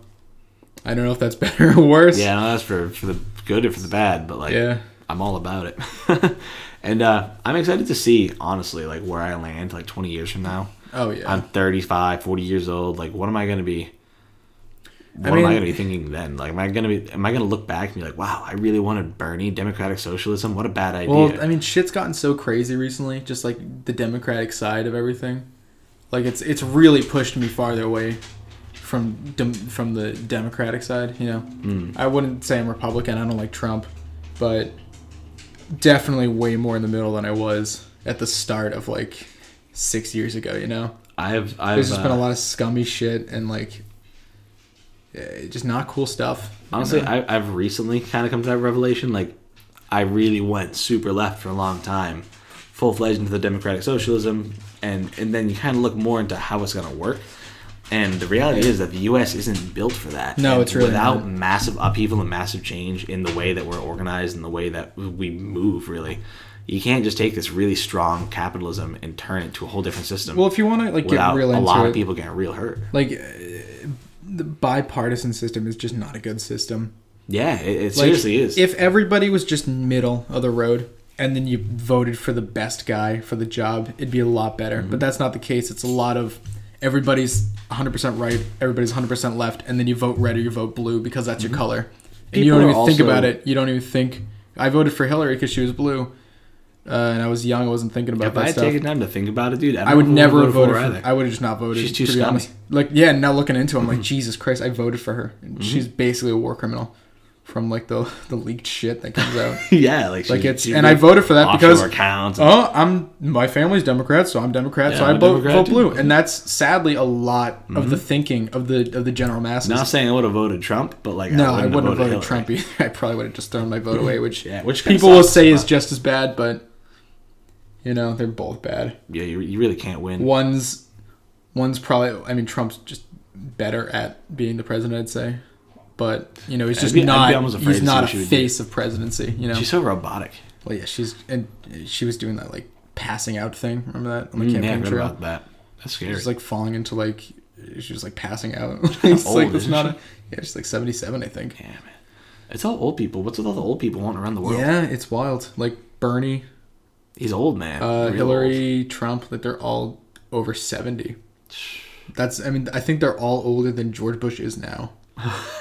[SPEAKER 2] I don't know if that's <laughs> better or
[SPEAKER 1] <laughs>
[SPEAKER 2] worse.
[SPEAKER 1] Yeah, no, that's for for the good or for the bad, but like
[SPEAKER 2] Yeah.
[SPEAKER 1] I'm all about it. <laughs> and uh, I'm excited to see honestly like where I land like 20 years from now.
[SPEAKER 2] Oh yeah.
[SPEAKER 1] I'm 35, 40 years old. Like what am I going to be what am I
[SPEAKER 2] mean-
[SPEAKER 1] going to be thinking then? Like am I going to be am I going to look back and be like, "Wow, I really wanted Bernie, democratic socialism. What a bad idea."
[SPEAKER 2] well, I mean, shit's gotten so crazy recently. Just like the Democratic side of everything, like it's it's really pushed me farther away from dem- from the Democratic side. You know,
[SPEAKER 1] Mm.
[SPEAKER 2] I wouldn't say I'm Republican. I don't like Trump, but definitely way more in the middle than I was at the start of like six years ago. You know.
[SPEAKER 1] I've I've
[SPEAKER 2] There's just been
[SPEAKER 1] uh,
[SPEAKER 2] a lot of scummy shit and like eh, just not cool stuff. uh, you
[SPEAKER 1] Honestly,
[SPEAKER 2] know?
[SPEAKER 1] I, I've recently kind of come to that revelation. Like, I really went super left for a long time, full fledged into the democratic socialism, and and then you kind of look more into how it's gonna work. And the reality is that the U.S. isn't built for that.
[SPEAKER 2] No,
[SPEAKER 1] And
[SPEAKER 2] it's really
[SPEAKER 1] without
[SPEAKER 2] not.
[SPEAKER 1] massive upheaval and massive change in the way that we're organized and the way that we move. Really, you can't just take this really strong capitalism and turn it to a whole different system.
[SPEAKER 2] well, if you want to like get
[SPEAKER 1] without
[SPEAKER 2] real
[SPEAKER 1] a lot of
[SPEAKER 2] into it,
[SPEAKER 1] people getting real hurt.
[SPEAKER 2] like eh, the bipartisan system is just not a good system.
[SPEAKER 1] Yeah, it, it
[SPEAKER 2] Like,
[SPEAKER 1] seriously is.
[SPEAKER 2] If everybody was just middle of the road and then you voted for the best guy for the job, it'd be a lot better.
[SPEAKER 1] Mhm.
[SPEAKER 2] But that's not the case. It's a lot of everybody's 100% right, everybody's 100% left, and then you vote red or you vote blue because that's your color. and you
[SPEAKER 1] Mhm. People
[SPEAKER 2] don't
[SPEAKER 1] are
[SPEAKER 2] even think
[SPEAKER 1] also-
[SPEAKER 2] about it. You don't even think. I voted for Hillary because she was blue, uh, and I was young. I wasn't thinking about
[SPEAKER 1] if I
[SPEAKER 2] that
[SPEAKER 1] had
[SPEAKER 2] stuff.
[SPEAKER 1] taken time to think about it, dude, I,
[SPEAKER 2] I would never have voted
[SPEAKER 1] vote <laughs>
[SPEAKER 2] for. I would have just not voted.
[SPEAKER 1] She's too
[SPEAKER 2] to be
[SPEAKER 1] scummy. Mm-hmm.
[SPEAKER 2] honest. Like yeah, now looking into, it, I'm like Jesus Christ, I voted for her. And She's basically a war criminal from like the the leaked shit that comes out. <laughs>
[SPEAKER 1] yeah, like,
[SPEAKER 2] Like
[SPEAKER 1] she-
[SPEAKER 2] it's
[SPEAKER 1] she
[SPEAKER 2] and I
[SPEAKER 1] ripped
[SPEAKER 2] voted for that
[SPEAKER 1] offshore
[SPEAKER 2] because
[SPEAKER 1] accounts. and-
[SPEAKER 2] oh I'm my family's Democrat, so I'm Democrat,
[SPEAKER 1] Yeah,
[SPEAKER 2] so
[SPEAKER 1] I'm
[SPEAKER 2] I
[SPEAKER 1] a
[SPEAKER 2] vote,
[SPEAKER 1] Democrat
[SPEAKER 2] vote
[SPEAKER 1] too.
[SPEAKER 2] blue, and that's sadly a lot of the thinking of the of the general masses.
[SPEAKER 1] not saying I would have voted Trump, but like
[SPEAKER 2] no, I wouldn't have voted
[SPEAKER 1] Hillary.
[SPEAKER 2] Trump either. <laughs> I probably would have just thrown my vote away,
[SPEAKER 1] <laughs>
[SPEAKER 2] which
[SPEAKER 1] Yeah, which kinda
[SPEAKER 2] people will
[SPEAKER 1] sucks,
[SPEAKER 2] say is
[SPEAKER 1] but-
[SPEAKER 2] just as bad, but you know they're both bad.
[SPEAKER 1] Yeah, you, you really can't win.
[SPEAKER 2] One's one's probably. I mean, Trump's just better at being the president, I'd say. But you know, he's just
[SPEAKER 1] be- I'd be
[SPEAKER 2] not.
[SPEAKER 1] almost afraid
[SPEAKER 2] he's
[SPEAKER 1] to see
[SPEAKER 2] not
[SPEAKER 1] what
[SPEAKER 2] a
[SPEAKER 1] she would do.
[SPEAKER 2] face of presidency. You know.
[SPEAKER 1] She's so robotic.
[SPEAKER 2] well, yeah, she's and she was doing that like passing out thing. Remember that on the
[SPEAKER 1] Mm, yeah, I
[SPEAKER 2] campaign
[SPEAKER 1] read
[SPEAKER 2] trail?
[SPEAKER 1] about that. That's scary.
[SPEAKER 2] She's like falling into like she was like passing out. <laughs> it's
[SPEAKER 1] old,
[SPEAKER 2] like that's
[SPEAKER 1] isn't
[SPEAKER 2] not.
[SPEAKER 1] she?
[SPEAKER 2] A, yeah, she's like seventy-seven, I think.
[SPEAKER 1] yeah, man. It's all old people. What's with all the old people wanting to run the world?
[SPEAKER 2] Yeah, it's wild. Like Bernie,
[SPEAKER 1] He's old, man.
[SPEAKER 2] uh,
[SPEAKER 1] Real old.
[SPEAKER 2] Hillary, Trump, like they're all
[SPEAKER 1] <sighs>
[SPEAKER 2] over seventy. That's I mean I think they're all older than George Bush
[SPEAKER 1] <laughs>
[SPEAKER 2] is now.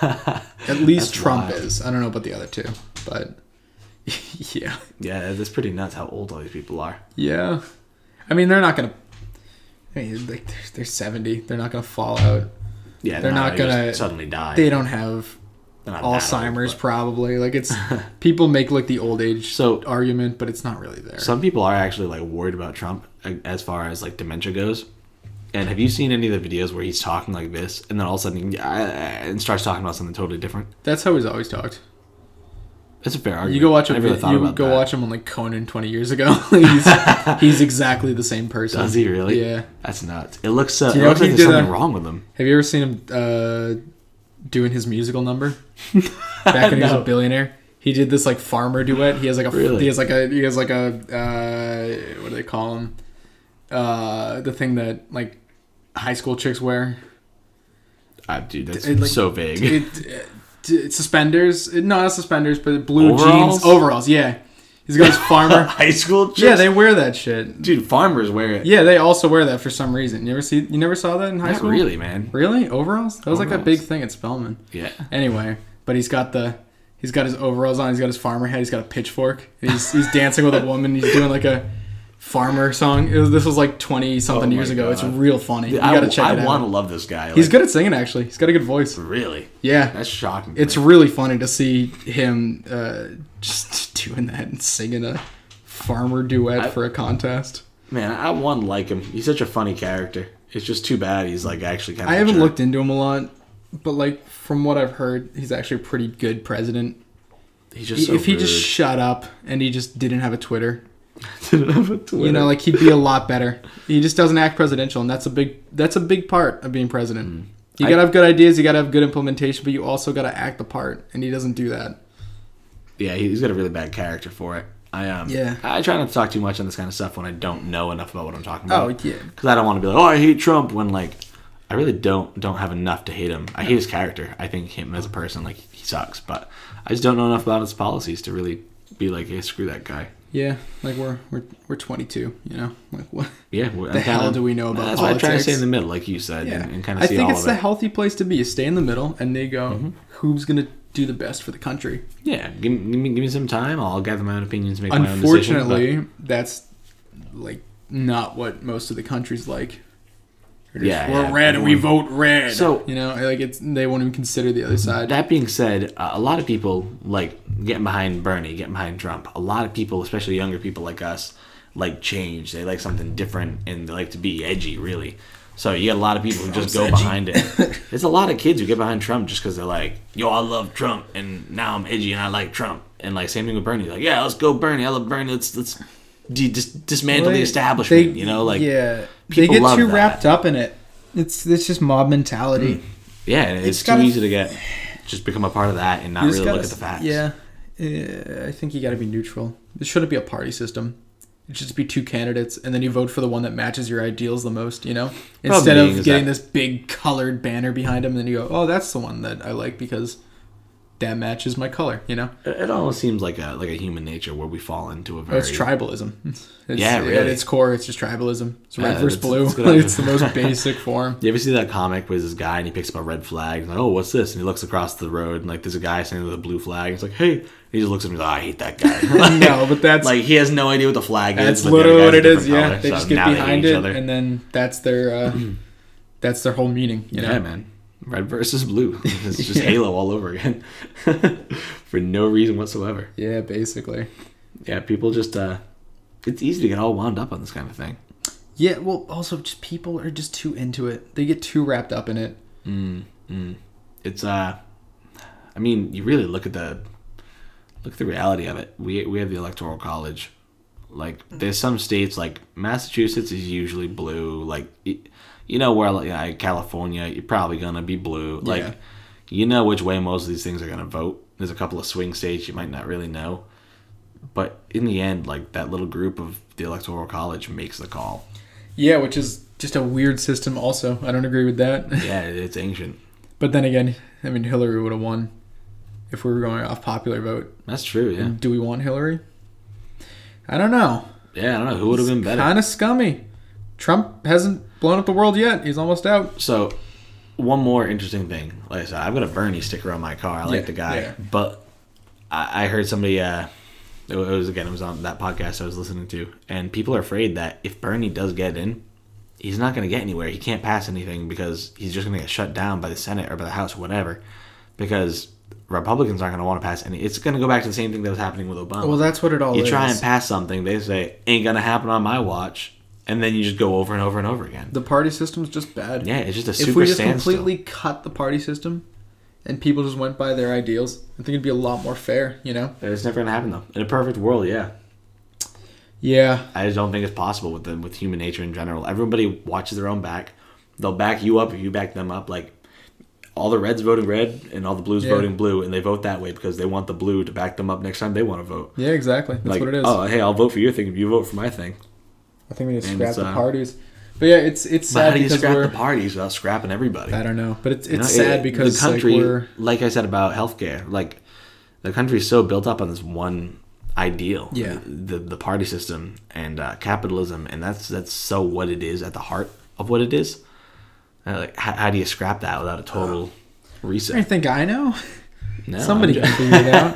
[SPEAKER 2] At least Trump
[SPEAKER 1] wild.
[SPEAKER 2] is. I don't know about the other two, but <laughs> yeah,
[SPEAKER 1] Yeah, that's pretty nuts how old all these people are.
[SPEAKER 2] yeah. I mean they're not gonna. I mean, like they're, they're seventy. They're not gonna fall out.
[SPEAKER 1] Yeah,
[SPEAKER 2] They're not
[SPEAKER 1] like just
[SPEAKER 2] gonna-
[SPEAKER 1] suddenly die.
[SPEAKER 2] They don't have
[SPEAKER 1] They're not that old,
[SPEAKER 2] Alzheimer's,
[SPEAKER 1] but-
[SPEAKER 2] probably.
[SPEAKER 1] <laughs>
[SPEAKER 2] Like it's people make like the old age
[SPEAKER 1] So-
[SPEAKER 2] argument, but it's not really there.
[SPEAKER 1] Some people are actually like worried about Trump uh, as far as like dementia goes. And have you seen any of the videos where he's talking like this, and then all of a sudden he, uh, and starts talking about something totally different?
[SPEAKER 2] That's how he's always talked.
[SPEAKER 1] That's a fair argument.
[SPEAKER 2] You go watch
[SPEAKER 1] I
[SPEAKER 2] him.
[SPEAKER 1] never thought
[SPEAKER 2] you
[SPEAKER 1] about
[SPEAKER 2] go
[SPEAKER 1] that.
[SPEAKER 2] watch him on like Conan twenty years ago. <laughs> he's he's exactly the same person.
[SPEAKER 1] Does he really?
[SPEAKER 2] Yeah.
[SPEAKER 1] That's nuts. It looks. Uh,
[SPEAKER 2] Do
[SPEAKER 1] it
[SPEAKER 2] you know
[SPEAKER 1] looks
[SPEAKER 2] he
[SPEAKER 1] like there's
[SPEAKER 2] did
[SPEAKER 1] something
[SPEAKER 2] a-
[SPEAKER 1] wrong with him.
[SPEAKER 2] Have you ever seen him uh, doing his musical
[SPEAKER 1] <laughs>
[SPEAKER 2] number back when he was a
[SPEAKER 1] No.
[SPEAKER 2] billionaire? He did this like farmer duet. He has like a
[SPEAKER 1] Really?
[SPEAKER 2] he has like a he has like a uh, what do they call him? Uh, the thing that like high school
[SPEAKER 1] <laughs>
[SPEAKER 2] chicks wear.
[SPEAKER 1] Ah, dude, that's
[SPEAKER 2] It, like,
[SPEAKER 1] so vague.
[SPEAKER 2] It, uh, d- suspenders. It, no, not suspenders, but blue
[SPEAKER 1] Overalls?
[SPEAKER 2] jeans, overalls. Yeah, he's got his
[SPEAKER 1] <laughs>
[SPEAKER 2] farmer.
[SPEAKER 1] <laughs> High school chicks.
[SPEAKER 2] yeah, they wear that shit.
[SPEAKER 1] dude, farmers wear it.
[SPEAKER 2] Yeah, they also wear that for some reason. You ever see? You never saw that in high
[SPEAKER 1] Not
[SPEAKER 2] school?
[SPEAKER 1] really, man.
[SPEAKER 2] Really? Overalls? That was like a
[SPEAKER 1] Overalls.
[SPEAKER 2] big thing at Spelman.
[SPEAKER 1] Yeah.
[SPEAKER 2] Anyway, but he's got the he's got his overalls on. He's got his farmer hat. He's got a pitchfork. and he's he's dancing with a woman. He's doing like a farmer song. It was, this was like twenty something
[SPEAKER 1] Oh
[SPEAKER 2] years
[SPEAKER 1] my
[SPEAKER 2] ago. It's
[SPEAKER 1] God.
[SPEAKER 2] real funny. You
[SPEAKER 1] I,
[SPEAKER 2] gotta check
[SPEAKER 1] I
[SPEAKER 2] it out.
[SPEAKER 1] want to love this guy. Like,
[SPEAKER 2] he's good at singing actually. He's got a good voice.
[SPEAKER 1] Really?
[SPEAKER 2] Yeah,
[SPEAKER 1] That's shocking. to
[SPEAKER 2] it's
[SPEAKER 1] me.
[SPEAKER 2] really funny to see him uh, just <laughs> doing that and singing a farmer duet
[SPEAKER 1] I-
[SPEAKER 2] for a contest.
[SPEAKER 1] man. I want to like him. He's such a funny character. It's just too bad he's like actually kind of.
[SPEAKER 2] I haven't looked into him a lot, but like from what I've heard, he's actually a pretty good president.
[SPEAKER 1] He's just so
[SPEAKER 2] if he just
[SPEAKER 1] rude.
[SPEAKER 2] shut up and he just didn't have a Twitter,
[SPEAKER 1] Didn't have a <laughs> Twitter.
[SPEAKER 2] <laughs> you know, like he'd be a lot better.
[SPEAKER 1] <laughs>
[SPEAKER 2] He just doesn't act presidential, and that's a big that's a big part of being president. You
[SPEAKER 1] Mm. I-
[SPEAKER 2] gotta have good ideas, you gotta have good implementation, but you also gotta act the part, and he doesn't do that.
[SPEAKER 1] yeah, he- he's got a really bad character for it. I um,
[SPEAKER 2] Yeah.
[SPEAKER 1] I try not to talk too much on this kind of stuff when I don't know enough about what I'm talking
[SPEAKER 2] Oh
[SPEAKER 1] about.
[SPEAKER 2] yeah,
[SPEAKER 1] because I don't want to be like, oh, I hate Trump when like I really don't don't have enough to hate him. I hate his character. I think him as a person, like he sucks. But I just don't know enough about his policies to really be like, hey, screw that guy.
[SPEAKER 2] yeah. Like we're we're we're 22, you know. <laughs> Like what?
[SPEAKER 1] Yeah, the
[SPEAKER 2] hell do we know about
[SPEAKER 1] That's why I try to
[SPEAKER 2] politics?
[SPEAKER 1] stay in the middle, like you said,
[SPEAKER 2] Yeah,
[SPEAKER 1] and, and kind of
[SPEAKER 2] I
[SPEAKER 1] see all
[SPEAKER 2] think it's
[SPEAKER 1] of
[SPEAKER 2] the
[SPEAKER 1] it. Mm-hmm.
[SPEAKER 2] healthy place to be. You stay in the middle, and they go, who's gonna do the best for the country?
[SPEAKER 1] Yeah, give me, give me give me some time. I'll gather my own opinions, make my own decisions.
[SPEAKER 2] Unfortunately, that's like not what most of the countries like. They're just,
[SPEAKER 1] Yeah,
[SPEAKER 2] we're
[SPEAKER 1] yeah,
[SPEAKER 2] red and we vote red.
[SPEAKER 1] So-
[SPEAKER 2] you know, like it's they won't even consider the other
[SPEAKER 1] But
[SPEAKER 2] side.
[SPEAKER 1] that being said, uh, a lot of people like getting behind Bernie, getting behind Trump. A lot of people, especially younger people like us, like change. They like something different and they like to be edgy, really. So you get a lot of people who just go behind
[SPEAKER 2] <laughs>
[SPEAKER 1] it. There's a lot of kids who get behind Trump just because they're like, "Yo, I love Trump, and now I'm edgy and I like Trump." And like same thing with Bernie, like, "Yeah, let's go Bernie. I love Bernie. Let's let's de- dis- dismantle the establishment." you know, like
[SPEAKER 2] yeah, they
[SPEAKER 1] people
[SPEAKER 2] get
[SPEAKER 1] love
[SPEAKER 2] too
[SPEAKER 1] that.
[SPEAKER 2] wrapped up in it. It's it's just mob mentality.
[SPEAKER 1] yeah, and it's,
[SPEAKER 2] It's
[SPEAKER 1] too
[SPEAKER 2] gotta-
[SPEAKER 1] easy to get just become a part of that and not
[SPEAKER 2] You
[SPEAKER 1] really
[SPEAKER 2] just
[SPEAKER 1] look
[SPEAKER 2] gotta-
[SPEAKER 1] at the facts.
[SPEAKER 2] Yeah, Uh, I think you got to be neutral. It shouldn't be a party system. It should just be two candidates, and then you vote for the one that matches your ideals the most. You know, instead
[SPEAKER 1] being
[SPEAKER 2] of
[SPEAKER 1] is
[SPEAKER 2] getting
[SPEAKER 1] that-
[SPEAKER 2] this big colored banner behind them, and then you go, "Oh, that's the one that I like because that matches my color." You know,
[SPEAKER 1] It it almost seems like a like a human nature where we fall into a very
[SPEAKER 2] Oh, it's tribalism. <laughs> It's,
[SPEAKER 1] Yeah,
[SPEAKER 2] At
[SPEAKER 1] really.
[SPEAKER 2] its core, it's just tribalism. It's red
[SPEAKER 1] Yeah, that's-
[SPEAKER 2] versus blue.
[SPEAKER 1] that's good.
[SPEAKER 2] Like, <laughs> it's the
[SPEAKER 1] <laughs>
[SPEAKER 2] most basic form. <laughs>
[SPEAKER 1] You ever see that comic with this guy and he picks up a red flag? He's like, "Oh, what's this?" And he looks across the road and like there's a guy standing with a blue flag. He's like, "Hey," he just looks at me like, "Ah, "I hate that guy." <laughs> like,
[SPEAKER 2] <laughs> no, but that's
[SPEAKER 1] like he has no idea what the flag
[SPEAKER 2] That's
[SPEAKER 1] is. but the other
[SPEAKER 2] literally what
[SPEAKER 1] guy's
[SPEAKER 2] it
[SPEAKER 1] a
[SPEAKER 2] is.
[SPEAKER 1] different
[SPEAKER 2] Yeah,
[SPEAKER 1] color,
[SPEAKER 2] they
[SPEAKER 1] so
[SPEAKER 2] just get
[SPEAKER 1] now hate
[SPEAKER 2] behind
[SPEAKER 1] each
[SPEAKER 2] it,
[SPEAKER 1] other.
[SPEAKER 2] and then that's their
[SPEAKER 1] <clears throat>
[SPEAKER 2] uh, that's their whole meaning. You know,
[SPEAKER 1] yeah, man, red versus blue. <laughs> It's
[SPEAKER 2] <laughs>
[SPEAKER 1] just Halo all over again <laughs> for no reason whatsoever.
[SPEAKER 2] yeah, basically.
[SPEAKER 1] Yeah, people just uh, it's easy to get all wound up on this kind of thing.
[SPEAKER 2] Yeah, well, also just people are just too into it. They get too wrapped up in it.
[SPEAKER 1] it's uh i mean you really look at the look at the reality of it we we have the electoral college like there's some states like massachusetts is usually blue like y- you know where like uh, california you're probably gonna be blue like
[SPEAKER 2] Yeah.
[SPEAKER 1] you know which way most of these things are gonna vote there's a couple of swing states you might not really know but in the end like that little group of the electoral college makes the call
[SPEAKER 2] Yeah, which is just a weird system. Also, I don't agree with that. <laughs>
[SPEAKER 1] yeah it's ancient
[SPEAKER 2] but then again, I mean, Hillary would have won if we were going off popular vote.
[SPEAKER 1] that's true yeah
[SPEAKER 2] Do we want Hillary? I don't know.
[SPEAKER 1] yeah i don't know who would have been better
[SPEAKER 2] Kind of scummy. Trump hasn't blown up the world yet. He's almost out.
[SPEAKER 1] So, one more interesting thing. Like I said, I've got a Bernie sticker on my car. I like
[SPEAKER 2] Yeah,
[SPEAKER 1] the guy,
[SPEAKER 2] yeah.
[SPEAKER 1] but I, I heard somebody. Uh, it was again. It was on that podcast I was listening to, and people are afraid that if Bernie does get in, he's not going to get anywhere. He can't pass anything because he's just going to get shut down by the Senate or by the House or whatever, because Republicans aren't going to want to pass any. It's going to go back to the same thing that was happening with Obama.
[SPEAKER 2] Well, that's what Oh, it all
[SPEAKER 1] you
[SPEAKER 2] is.
[SPEAKER 1] try and pass something, they say ain't going to happen on my watch, and then you just go over and over and over again.
[SPEAKER 2] the party system's just bad.
[SPEAKER 1] Yeah, it's just a super
[SPEAKER 2] if we just
[SPEAKER 1] standstill.
[SPEAKER 2] completely cut the party system and people just went by their ideals, I think it'd be a lot more fair, you know?
[SPEAKER 1] It's never going to happen though. In a perfect world, yeah.
[SPEAKER 2] Yeah.
[SPEAKER 1] I just don't think it's possible with them with human nature in general. Everybody watches their own back. They'll back you up if you back them up. Like all the reds voting red and all the blues
[SPEAKER 2] Yeah.
[SPEAKER 1] voting blue, and they vote that way because they want the blue to back them up next time they want to vote.
[SPEAKER 2] Yeah, exactly. That's
[SPEAKER 1] like,
[SPEAKER 2] what it is.
[SPEAKER 1] oh hey, I'll vote for your thing if you vote for my thing.
[SPEAKER 2] I think we need to
[SPEAKER 1] and
[SPEAKER 2] scrap
[SPEAKER 1] it's,
[SPEAKER 2] the
[SPEAKER 1] uh,
[SPEAKER 2] parties. But yeah, it's it's
[SPEAKER 1] But how
[SPEAKER 2] sad
[SPEAKER 1] do you
[SPEAKER 2] because
[SPEAKER 1] scrap
[SPEAKER 2] we're
[SPEAKER 1] the parties without scrapping everybody?
[SPEAKER 2] I don't know, but it's it's
[SPEAKER 1] You know, it-
[SPEAKER 2] sad because
[SPEAKER 1] the country,
[SPEAKER 2] like we're
[SPEAKER 1] I said about healthcare, like the country is so built up on this one ideal,
[SPEAKER 2] Yeah.
[SPEAKER 1] the the party system and uh, capitalism, and that's that's so what it is at the heart of what it is. Uh, like, how, how do you scrap that without a total
[SPEAKER 2] I
[SPEAKER 1] reset?
[SPEAKER 2] think I know.
[SPEAKER 1] No,
[SPEAKER 2] Somebody
[SPEAKER 1] I'm
[SPEAKER 2] can
[SPEAKER 1] just-
[SPEAKER 2] figure it out.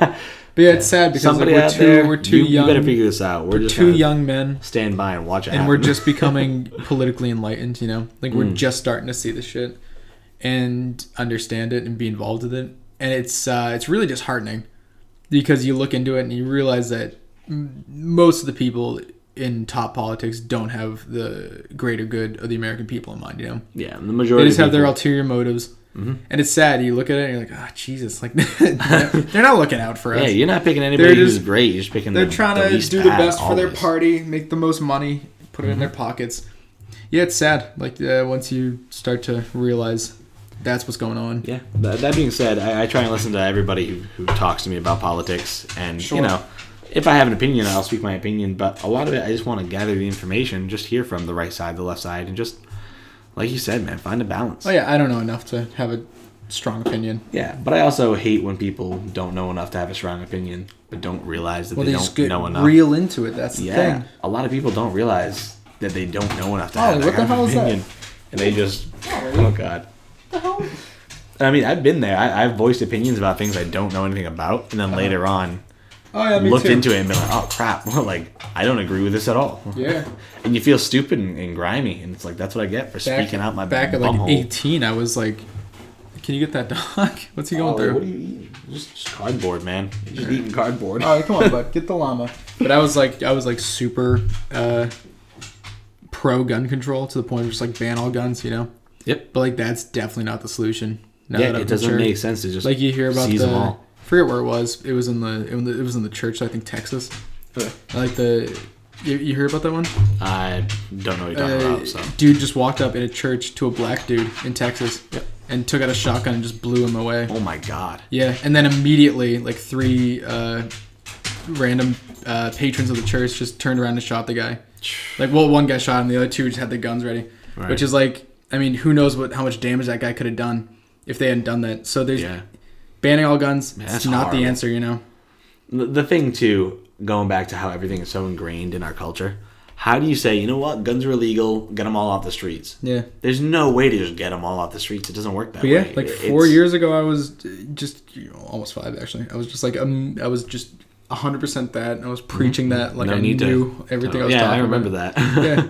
[SPEAKER 2] But yeah,
[SPEAKER 1] <laughs>
[SPEAKER 2] it's sad because like,
[SPEAKER 1] somebody
[SPEAKER 2] we're
[SPEAKER 1] out
[SPEAKER 2] too
[SPEAKER 1] there,
[SPEAKER 2] we're too
[SPEAKER 1] you,
[SPEAKER 2] young.
[SPEAKER 1] You better figure this out. We're,
[SPEAKER 2] we're
[SPEAKER 1] just
[SPEAKER 2] two
[SPEAKER 1] gonna
[SPEAKER 2] young men,
[SPEAKER 1] Stand by and watch it.
[SPEAKER 2] and we're
[SPEAKER 1] happen.
[SPEAKER 2] just becoming
[SPEAKER 1] <laughs>
[SPEAKER 2] politically enlightened. You know, like we're
[SPEAKER 1] Mm.
[SPEAKER 2] just starting to see this shit and understand it and be involved with it. And it's uh, it's really disheartening because you look into it and you realize that m- most of the people in top politics don't have the greater good of the American people in mind. You know,
[SPEAKER 1] yeah. The
[SPEAKER 2] they
[SPEAKER 1] majority
[SPEAKER 2] just
[SPEAKER 1] of
[SPEAKER 2] have their
[SPEAKER 1] people- Mm-hmm.
[SPEAKER 2] ulterior motives. And it's sad. You look at it and you're like, ah, Jesus! Like, <laughs> they're not looking out for us.
[SPEAKER 1] Yeah, you're not picking anybody who's
[SPEAKER 2] just-
[SPEAKER 1] great. You're just picking.
[SPEAKER 2] They're
[SPEAKER 1] the,
[SPEAKER 2] trying
[SPEAKER 1] the
[SPEAKER 2] to
[SPEAKER 1] least
[SPEAKER 2] do the
[SPEAKER 1] bad
[SPEAKER 2] best for their
[SPEAKER 1] always. Mm-hmm.
[SPEAKER 2] party, make the most money, put it in their pockets. Yeah, it's sad. Like uh, once you start to realize that's what's going on.
[SPEAKER 1] Yeah. That, that being said, I, I try and listen to everybody who, who talks to me about politics, and
[SPEAKER 2] Sure.
[SPEAKER 1] you know, if I have an opinion, I'll speak my opinion. But a lot of it, I just want to gather the information, just hear from the right side, the left side, and just like you said, man, find a balance.
[SPEAKER 2] Oh yeah, I don't know enough to have a strong opinion.
[SPEAKER 1] Yeah, but I also hate when people don't know enough to have a strong opinion, but don't realize that
[SPEAKER 2] Well,
[SPEAKER 1] they,
[SPEAKER 2] they, just
[SPEAKER 1] don't
[SPEAKER 2] get
[SPEAKER 1] know enough.
[SPEAKER 2] real into it. That's the
[SPEAKER 1] yeah,
[SPEAKER 2] thing.
[SPEAKER 1] a lot of people don't realize that they don't know enough to
[SPEAKER 2] Oh,
[SPEAKER 1] have that
[SPEAKER 2] what the
[SPEAKER 1] kind
[SPEAKER 2] hell
[SPEAKER 1] of
[SPEAKER 2] is that?
[SPEAKER 1] opinion, and they just oh god. I mean, I've been there. I, I've voiced opinions about things I don't know anything about, and then later on,
[SPEAKER 2] Oh yeah, Uh-huh. me
[SPEAKER 1] looked
[SPEAKER 2] too.
[SPEAKER 1] into it and been like, "Oh crap!" <laughs> Well, like I don't agree with this at all.
[SPEAKER 2] Yeah.
[SPEAKER 1] and you feel stupid and, and grimy, and it's like that's what I get for
[SPEAKER 2] Back,
[SPEAKER 1] speaking out my
[SPEAKER 2] back at like
[SPEAKER 1] bumhole.
[SPEAKER 2] 18, I was like, "Can you get that dog? <laughs> What's he going
[SPEAKER 1] Oh,
[SPEAKER 2] through?"
[SPEAKER 1] What are you eating? Just, just cardboard, man. You're just eating cardboard.
[SPEAKER 2] All right, Oh, come on, bud. Get the llama. But I was like, I was like super uh, pro gun control to the point of just like ban all guns, you know.
[SPEAKER 1] Yep.
[SPEAKER 2] But like that's definitely not the solution. Now
[SPEAKER 1] Yeah,
[SPEAKER 2] that I've
[SPEAKER 1] it doesn't
[SPEAKER 2] matured.
[SPEAKER 1] make sense to just
[SPEAKER 2] Like you hear about
[SPEAKER 1] seize
[SPEAKER 2] the,
[SPEAKER 1] them all.
[SPEAKER 2] I forget where it was. It was in the it was- it was in the church. I think Texas. Like the, you, you hear about that one?
[SPEAKER 1] I don't know what you're talking
[SPEAKER 2] Uh,
[SPEAKER 1] about. So
[SPEAKER 2] Dude just walked up in a church to a black dude in Texas,
[SPEAKER 1] Yep.
[SPEAKER 2] and took out a shotgun and just blew him away.
[SPEAKER 1] oh my god.
[SPEAKER 2] Yeah, and then immediately, like three uh, random uh, patrons of the church just turned around and shot the guy. Like, well, one guy shot him, the other two just had their guns ready,
[SPEAKER 1] Right.
[SPEAKER 2] which is like, I mean, who knows what how much damage that guy could have done if they hadn't done that. So there's
[SPEAKER 1] Yeah.
[SPEAKER 2] banning all guns. it's
[SPEAKER 1] that's
[SPEAKER 2] not the
[SPEAKER 1] horrible.
[SPEAKER 2] answer, you know.
[SPEAKER 1] The- the thing too, going back to how everything is so ingrained in our culture. How do you say, you know what, guns are illegal, get them all off the streets?
[SPEAKER 2] Yeah.
[SPEAKER 1] There's no way to just get them all off the streets. It doesn't work that
[SPEAKER 2] But yeah,
[SPEAKER 1] way.
[SPEAKER 2] like
[SPEAKER 1] It-
[SPEAKER 2] four
[SPEAKER 1] it's-
[SPEAKER 2] years ago, I was just you know, almost five actually. I was just like, um, I was just hundred percent that, and I was preaching that, like
[SPEAKER 1] Mm-hmm. No
[SPEAKER 2] I
[SPEAKER 1] need to-
[SPEAKER 2] knew everything I was
[SPEAKER 1] yeah,
[SPEAKER 2] talking
[SPEAKER 1] I remember
[SPEAKER 2] about.
[SPEAKER 1] that. <laughs>
[SPEAKER 2] Yeah.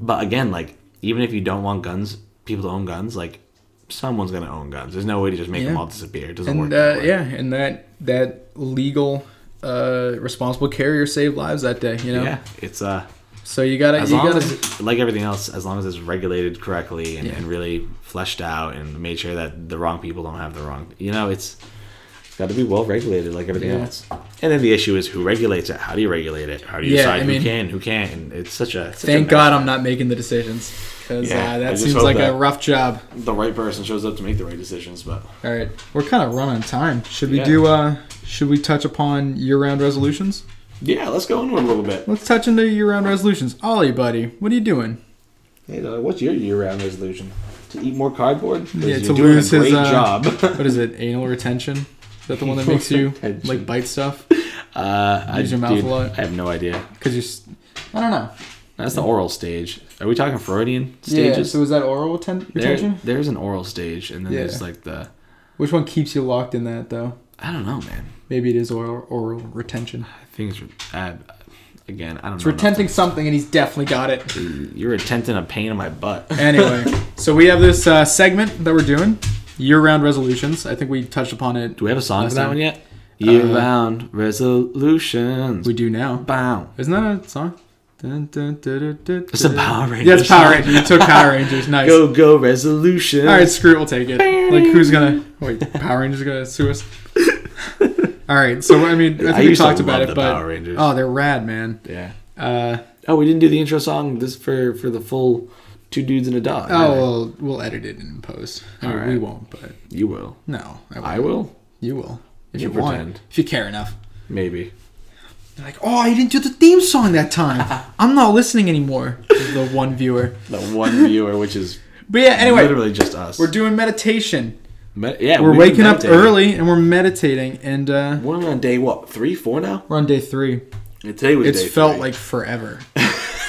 [SPEAKER 1] but again, like even if you don't want guns, people to own guns, like someone's gonna own guns. There's no way to just make them
[SPEAKER 2] Yeah.
[SPEAKER 1] all disappear. It doesn't work.
[SPEAKER 2] and
[SPEAKER 1] That
[SPEAKER 2] uh,
[SPEAKER 1] way.
[SPEAKER 2] yeah, and that that legal uh, responsible carrier saved lives that day. You know,
[SPEAKER 1] yeah. It's uh,
[SPEAKER 2] so you gotta
[SPEAKER 1] as
[SPEAKER 2] you
[SPEAKER 1] long
[SPEAKER 2] gotta
[SPEAKER 1] as like everything else, as long as it's regulated correctly and,
[SPEAKER 2] Yeah.
[SPEAKER 1] and really fleshed out and made sure that the wrong people don't have the wrong. You know, it's it's got to be well regulated like everything
[SPEAKER 2] Yeah.
[SPEAKER 1] else. And then the issue is who regulates it? How do you regulate it? How do you
[SPEAKER 2] Yeah,
[SPEAKER 1] decide
[SPEAKER 2] I mean-
[SPEAKER 1] who can, who can't? And it's such a such a
[SPEAKER 2] thank
[SPEAKER 1] mess.
[SPEAKER 2] God I'm not making the decisions because
[SPEAKER 1] Yeah,
[SPEAKER 2] uh,
[SPEAKER 1] I
[SPEAKER 2] that
[SPEAKER 1] just
[SPEAKER 2] seems
[SPEAKER 1] hope
[SPEAKER 2] like
[SPEAKER 1] that-
[SPEAKER 2] a rough job.
[SPEAKER 1] the right person shows up to make the right decisions, but.
[SPEAKER 2] All right, we're kind of run on time. Should we
[SPEAKER 1] Yeah.
[SPEAKER 2] do? Uh, should we touch upon year-round resolutions?
[SPEAKER 1] Yeah, let's go into it a little bit.
[SPEAKER 2] Let's touch into year-round resolutions. Ollie, buddy, what are you doing?
[SPEAKER 1] Hey, uh, what's your year-round resolution? To eat more cardboard? 'Cause
[SPEAKER 2] Yeah,
[SPEAKER 1] you're
[SPEAKER 2] to
[SPEAKER 1] doing
[SPEAKER 2] lose
[SPEAKER 1] a
[SPEAKER 2] his,
[SPEAKER 1] great
[SPEAKER 2] uh,
[SPEAKER 1] job.
[SPEAKER 2] <laughs> What is it? Anal retention? Is that the one that
[SPEAKER 1] <laughs>
[SPEAKER 2] makes you
[SPEAKER 1] Retention.
[SPEAKER 2] like bite stuff?
[SPEAKER 1] uh, I,
[SPEAKER 2] Use your mouth a
[SPEAKER 1] dude,
[SPEAKER 2] lot.
[SPEAKER 1] I have no idea.
[SPEAKER 2] Because you're, s- I don't know.
[SPEAKER 1] That's the oral stage. Are we talking Freudian
[SPEAKER 2] Stages.
[SPEAKER 1] stages?
[SPEAKER 2] so is that oral ten-
[SPEAKER 1] There-
[SPEAKER 2] retention?
[SPEAKER 1] there's an oral stage, and then
[SPEAKER 2] Yeah.
[SPEAKER 1] there's like the
[SPEAKER 2] Which one keeps you locked in that though?
[SPEAKER 1] I don't know, man.
[SPEAKER 2] Maybe it is oral, oral retention.
[SPEAKER 1] Things are. I, Again, I don't
[SPEAKER 2] It's
[SPEAKER 1] know. enough
[SPEAKER 2] retenting something, and he's definitely got it.
[SPEAKER 1] to- You're retenting a pain in my
[SPEAKER 2] <laughs>
[SPEAKER 1] butt.
[SPEAKER 2] Anyway, so we have this uh, segment that we're doing year-round resolutions. I think we touched upon it.
[SPEAKER 1] Do we have a song
[SPEAKER 2] Last
[SPEAKER 1] for that
[SPEAKER 2] time.
[SPEAKER 1] one yet? Year round resolutions.
[SPEAKER 2] Uh, We do now.
[SPEAKER 1] bow.
[SPEAKER 2] Isn't that a song? Dun, dun, dun, dun, dun,
[SPEAKER 1] It's a
[SPEAKER 2] dun.
[SPEAKER 1] Power Rangers.
[SPEAKER 2] Yeah, it's Power
[SPEAKER 1] song.
[SPEAKER 2] Rangers. You took Power Rangers. Nice.
[SPEAKER 1] Go go resolution.
[SPEAKER 2] All right, screw it. We'll take it. Like, who's gonna? Wait,
[SPEAKER 1] <laughs>
[SPEAKER 2] Power Rangers are gonna sue us. All right. So I mean, I think
[SPEAKER 1] I
[SPEAKER 2] we
[SPEAKER 1] used to
[SPEAKER 2] talked about
[SPEAKER 1] love
[SPEAKER 2] it,
[SPEAKER 1] the
[SPEAKER 2] but
[SPEAKER 1] Power Rangers.
[SPEAKER 2] oh, they're rad, man.
[SPEAKER 1] Yeah.
[SPEAKER 2] Uh,
[SPEAKER 1] Oh, we didn't do the intro song this for for the full two dudes and a dog.
[SPEAKER 2] oh,
[SPEAKER 1] did we?
[SPEAKER 2] well, we'll edit it in post. I mean,
[SPEAKER 1] All right.
[SPEAKER 2] We won't, but
[SPEAKER 1] you will.
[SPEAKER 2] no, I, won't.
[SPEAKER 1] I will.
[SPEAKER 2] You will if
[SPEAKER 1] You
[SPEAKER 2] you, want,
[SPEAKER 1] pretend.
[SPEAKER 2] if you care enough.
[SPEAKER 1] Maybe.
[SPEAKER 2] They're like, oh, you didn't do the theme song that <laughs> time. I'm not listening anymore. The one viewer.
[SPEAKER 1] The
[SPEAKER 2] <laughs>
[SPEAKER 1] one viewer, which is
[SPEAKER 2] But yeah, anyway,
[SPEAKER 1] literally just us.
[SPEAKER 2] we're doing meditation.
[SPEAKER 1] Me- yeah, we've
[SPEAKER 2] We're
[SPEAKER 1] been
[SPEAKER 2] waking up
[SPEAKER 1] meditating.
[SPEAKER 2] early and we're meditating, and uh,
[SPEAKER 1] We're on day what? Three, four now.
[SPEAKER 2] we're on day three.
[SPEAKER 1] And today was.
[SPEAKER 2] It's
[SPEAKER 1] day
[SPEAKER 2] felt
[SPEAKER 1] three. <laughs>
[SPEAKER 2] like forever.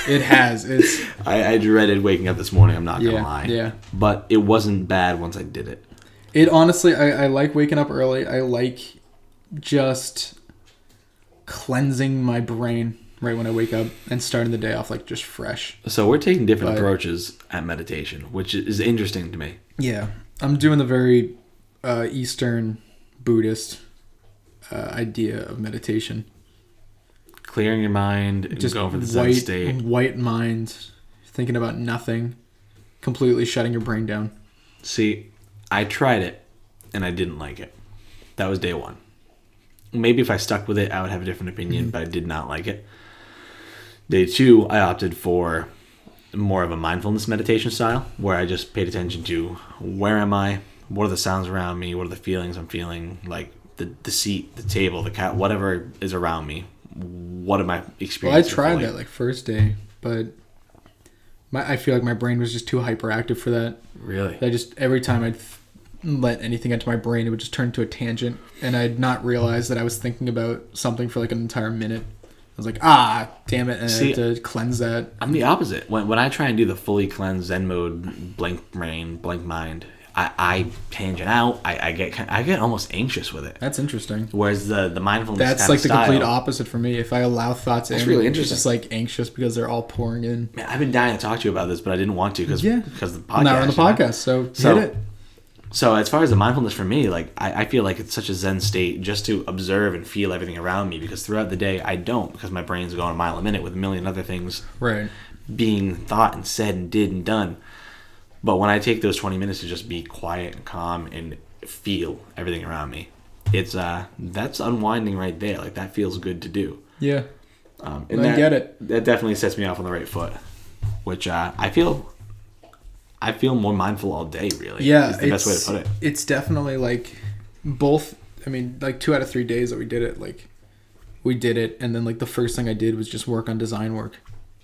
[SPEAKER 2] it has. It's
[SPEAKER 1] I, I dreaded waking up this morning. I'm not gonna
[SPEAKER 2] Yeah,
[SPEAKER 1] lie.
[SPEAKER 2] yeah.
[SPEAKER 1] But it wasn't bad once I did it.
[SPEAKER 2] it. Honestly, I, I like waking up early. I like just cleansing my brain right when I wake up and starting the day off like just fresh.
[SPEAKER 1] So we're taking different
[SPEAKER 2] But-
[SPEAKER 1] approaches at meditation, which is interesting to me.
[SPEAKER 2] Yeah, I'm doing the very uh, Eastern Buddhist uh, idea of meditation.
[SPEAKER 1] Clearing your mind, and
[SPEAKER 2] Just
[SPEAKER 1] go over the Zen
[SPEAKER 2] white,
[SPEAKER 1] state.
[SPEAKER 2] white mind, thinking about nothing, completely shutting your brain down.
[SPEAKER 1] See, I tried it and I didn't like it. That was day one. Maybe if I stuck with it, I would have a different
[SPEAKER 2] Mm-hmm.
[SPEAKER 1] opinion, but I did not like it. Day two, I opted for more of a mindfulness meditation style where I just paid attention to where am I, what are the sounds around me, what are the feelings I'm feeling, like the, the seat, the table, the cat, whatever is around me. What am I
[SPEAKER 2] Well, I
[SPEAKER 1] experiencing?
[SPEAKER 2] tried
[SPEAKER 1] feeling?
[SPEAKER 2] that like first day, but my I feel like my brain was just too hyperactive for that.
[SPEAKER 1] Really?
[SPEAKER 2] I just every time I'd th- let anything into my brain, it would just turn to a tangent, and I'd not realize that I was thinking about something for like an entire minute. I was like, ah, damn it, and
[SPEAKER 1] See-
[SPEAKER 2] I had to cleanse that.
[SPEAKER 1] I'm the opposite. When, when I try and do the fully cleansed Zen mode, blank brain, blank mind, I, I tangent out. I, I get kind- I get almost anxious with it.
[SPEAKER 2] That's interesting.
[SPEAKER 1] Whereas the the mindfulness
[SPEAKER 2] That's
[SPEAKER 1] kind
[SPEAKER 2] like
[SPEAKER 1] of
[SPEAKER 2] the
[SPEAKER 1] style,
[SPEAKER 2] complete opposite for me. If I allow thoughts in,
[SPEAKER 1] really
[SPEAKER 2] it's
[SPEAKER 1] interesting.
[SPEAKER 2] just like anxious because they're all pouring in.
[SPEAKER 1] Man, I've been dying to talk to you about this, but I didn't want to because
[SPEAKER 2] Yeah.
[SPEAKER 1] because the podcast.
[SPEAKER 2] Now we're on the
[SPEAKER 1] you know?
[SPEAKER 2] podcast, so,
[SPEAKER 1] So-
[SPEAKER 2] hit it.
[SPEAKER 1] So as far as the mindfulness for me, like I, I feel like it's such a zen state just to observe and feel everything around me because throughout the day I don't because my brain's going a mile a minute with a million other things
[SPEAKER 2] Right.
[SPEAKER 1] being thought and said and did and done. But when I take those 20 minutes to just be quiet and calm and feel everything around me, it's uh that's unwinding right there. Like that feels good to do.
[SPEAKER 2] Yeah.
[SPEAKER 1] Um, and
[SPEAKER 2] I
[SPEAKER 1] that,
[SPEAKER 2] get it.
[SPEAKER 1] That definitely sets me off on the right foot, which uh, I feel I feel more mindful all day. Really,
[SPEAKER 2] Yeah.
[SPEAKER 1] is the best way to put it.
[SPEAKER 2] It's definitely like both. I mean, like two out of three days that we did it, like we did it, and then like the first thing I did was just work on design work.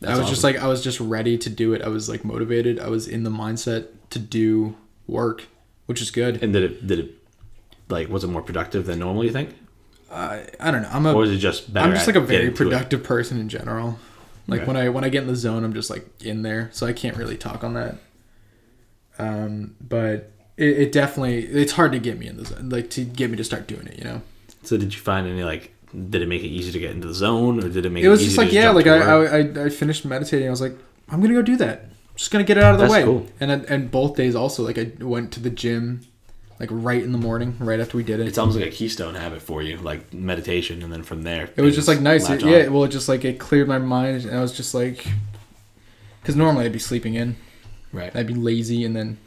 [SPEAKER 2] I
[SPEAKER 1] That's
[SPEAKER 2] was just
[SPEAKER 1] awesome.
[SPEAKER 2] like I was just ready to do it. I was like motivated. I was in the mindset to do work, which is good.
[SPEAKER 1] And did it did it like was it more productive than normal? You think,
[SPEAKER 2] I I don't know. I'm a
[SPEAKER 1] or was it just better?
[SPEAKER 2] I'm just
[SPEAKER 1] at
[SPEAKER 2] like a very
[SPEAKER 1] getting to it?
[SPEAKER 2] productive person in general. Like
[SPEAKER 1] Okay.
[SPEAKER 2] when I when I get in the zone, I'm just like in there, so I can't really talk on that. Um, but it, it definitely it's hard to get me in the zone, like to get me to start doing it. You know,
[SPEAKER 1] So did you find any like? Did it make it easy to get into the zone, or did it make it?
[SPEAKER 2] it was
[SPEAKER 1] easy
[SPEAKER 2] just
[SPEAKER 1] to
[SPEAKER 2] like yeah,
[SPEAKER 1] jump
[SPEAKER 2] like
[SPEAKER 1] to
[SPEAKER 2] I,
[SPEAKER 1] work?
[SPEAKER 2] I I- I finished meditating. I was like, I'm gonna go do that. Just gonna get it out of the
[SPEAKER 1] That's
[SPEAKER 2] way.
[SPEAKER 1] cool.
[SPEAKER 2] And I, and both days also like I went to the gym, like right in the morning, right after we did it.
[SPEAKER 1] it's almost like a keystone habit for you, like meditation, and then from there,
[SPEAKER 2] It was just like nice.
[SPEAKER 1] latch
[SPEAKER 2] It, yeah,
[SPEAKER 1] on.
[SPEAKER 2] well, it just like it cleared my mind, and I was just like, because normally I'd be sleeping in.
[SPEAKER 1] right.
[SPEAKER 2] I'd be lazy and then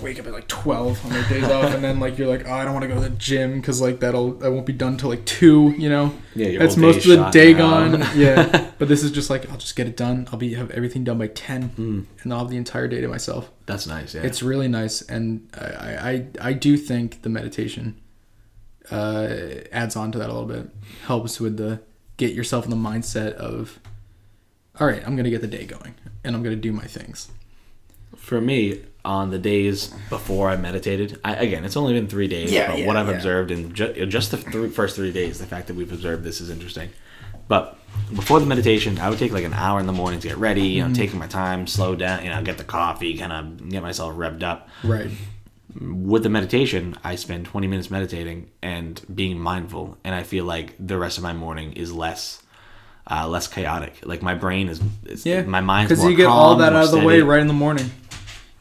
[SPEAKER 2] wake up at like 12 on my days off and then like you're like oh i don't want to go to the gym because like that'll i won't be done till like 2 you know
[SPEAKER 1] Yeah, your
[SPEAKER 2] that's
[SPEAKER 1] whole
[SPEAKER 2] most
[SPEAKER 1] day's
[SPEAKER 2] of the
[SPEAKER 1] shot
[SPEAKER 2] day
[SPEAKER 1] now. <laughs>
[SPEAKER 2] gone yeah but this is just like i'll just get it done i'll be have everything done by 10 and i'll have the entire day to myself
[SPEAKER 1] That's nice. Hmm. Yeah,
[SPEAKER 2] it's really nice and i i i, I do think the meditation uh adds on to that a little bit helps with the get yourself in the mindset of all right i'm gonna get the day going and i'm gonna do my
[SPEAKER 1] <laughs>
[SPEAKER 2] things
[SPEAKER 1] for me on the days before I meditated. I, again, it's only been three days,
[SPEAKER 2] Yeah,
[SPEAKER 1] but
[SPEAKER 2] yeah,
[SPEAKER 1] what I've
[SPEAKER 2] yeah.
[SPEAKER 1] observed in ju- just the th- first three days, the fact that we've observed this is interesting. But before the meditation, I would take like an hour in the morning to get ready. You know,
[SPEAKER 2] Mm-hmm.
[SPEAKER 1] taking my time, slow down. You know, get the coffee, kind of get myself revved up.
[SPEAKER 2] right
[SPEAKER 1] with the meditation, I spend 20 minutes meditating and being mindful, and I feel like the rest of my morning is less uh, less chaotic. Like my brain is, it's,
[SPEAKER 2] Yeah,
[SPEAKER 1] my mind's
[SPEAKER 2] because
[SPEAKER 1] more
[SPEAKER 2] you get all
[SPEAKER 1] calm,
[SPEAKER 2] that
[SPEAKER 1] more
[SPEAKER 2] out of the way
[SPEAKER 1] steady.
[SPEAKER 2] right in the morning.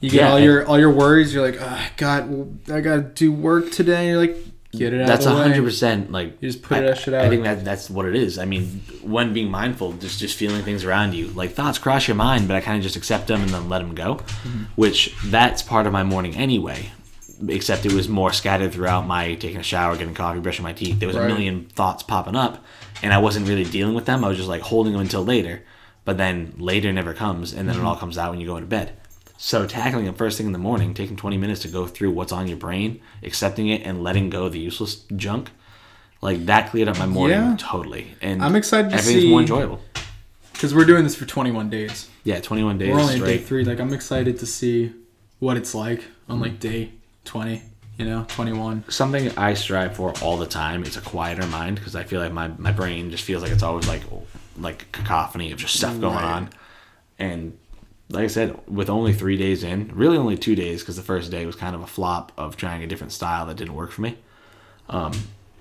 [SPEAKER 2] You get
[SPEAKER 1] Yeah,
[SPEAKER 2] all
[SPEAKER 1] and-
[SPEAKER 2] your all your worries. You're like, oh, God, I gotta do work today. You're like, get it out.
[SPEAKER 1] That's
[SPEAKER 2] of the way.
[SPEAKER 1] hundred percent. Like
[SPEAKER 2] You just put
[SPEAKER 1] I,
[SPEAKER 2] that shit
[SPEAKER 1] I
[SPEAKER 2] out.
[SPEAKER 1] think that that's what it is. I mean, when being mindful, just just feeling things around you. Like thoughts cross your mind, but I kind of just accept them and then let them go. Which that's part of my morning anyway. Except it was more scattered throughout my taking a shower, getting coffee, brushing my teeth. There was
[SPEAKER 2] Right.
[SPEAKER 1] a million thoughts popping up, and I wasn't really dealing with them. I was just like holding them until later. But then later never comes, and then it all comes out when you go to bed. So tackling it first thing in the morning, taking 20 minutes to go through what's on your brain, accepting it, and letting go of the useless junk, like that cleared up my morning
[SPEAKER 2] Yeah.
[SPEAKER 1] totally. And
[SPEAKER 2] I'm excited to
[SPEAKER 1] everything's
[SPEAKER 2] see-
[SPEAKER 1] more enjoyable.
[SPEAKER 2] Because we're doing this for 21 days.
[SPEAKER 1] Yeah, 21 days
[SPEAKER 2] We're only on day
[SPEAKER 1] straight.
[SPEAKER 2] three. Like, I'm excited to see what it's like on like day 20. You know, 21.
[SPEAKER 1] Something I strive for all the time is a quieter mind because I feel like my, my brain just feels like it's always like like cacophony of just stuff going
[SPEAKER 2] Right.
[SPEAKER 1] on. And like I said, with only three days in, really only two days because the first day was kind of a flop of trying a different style that didn't work for me. Um,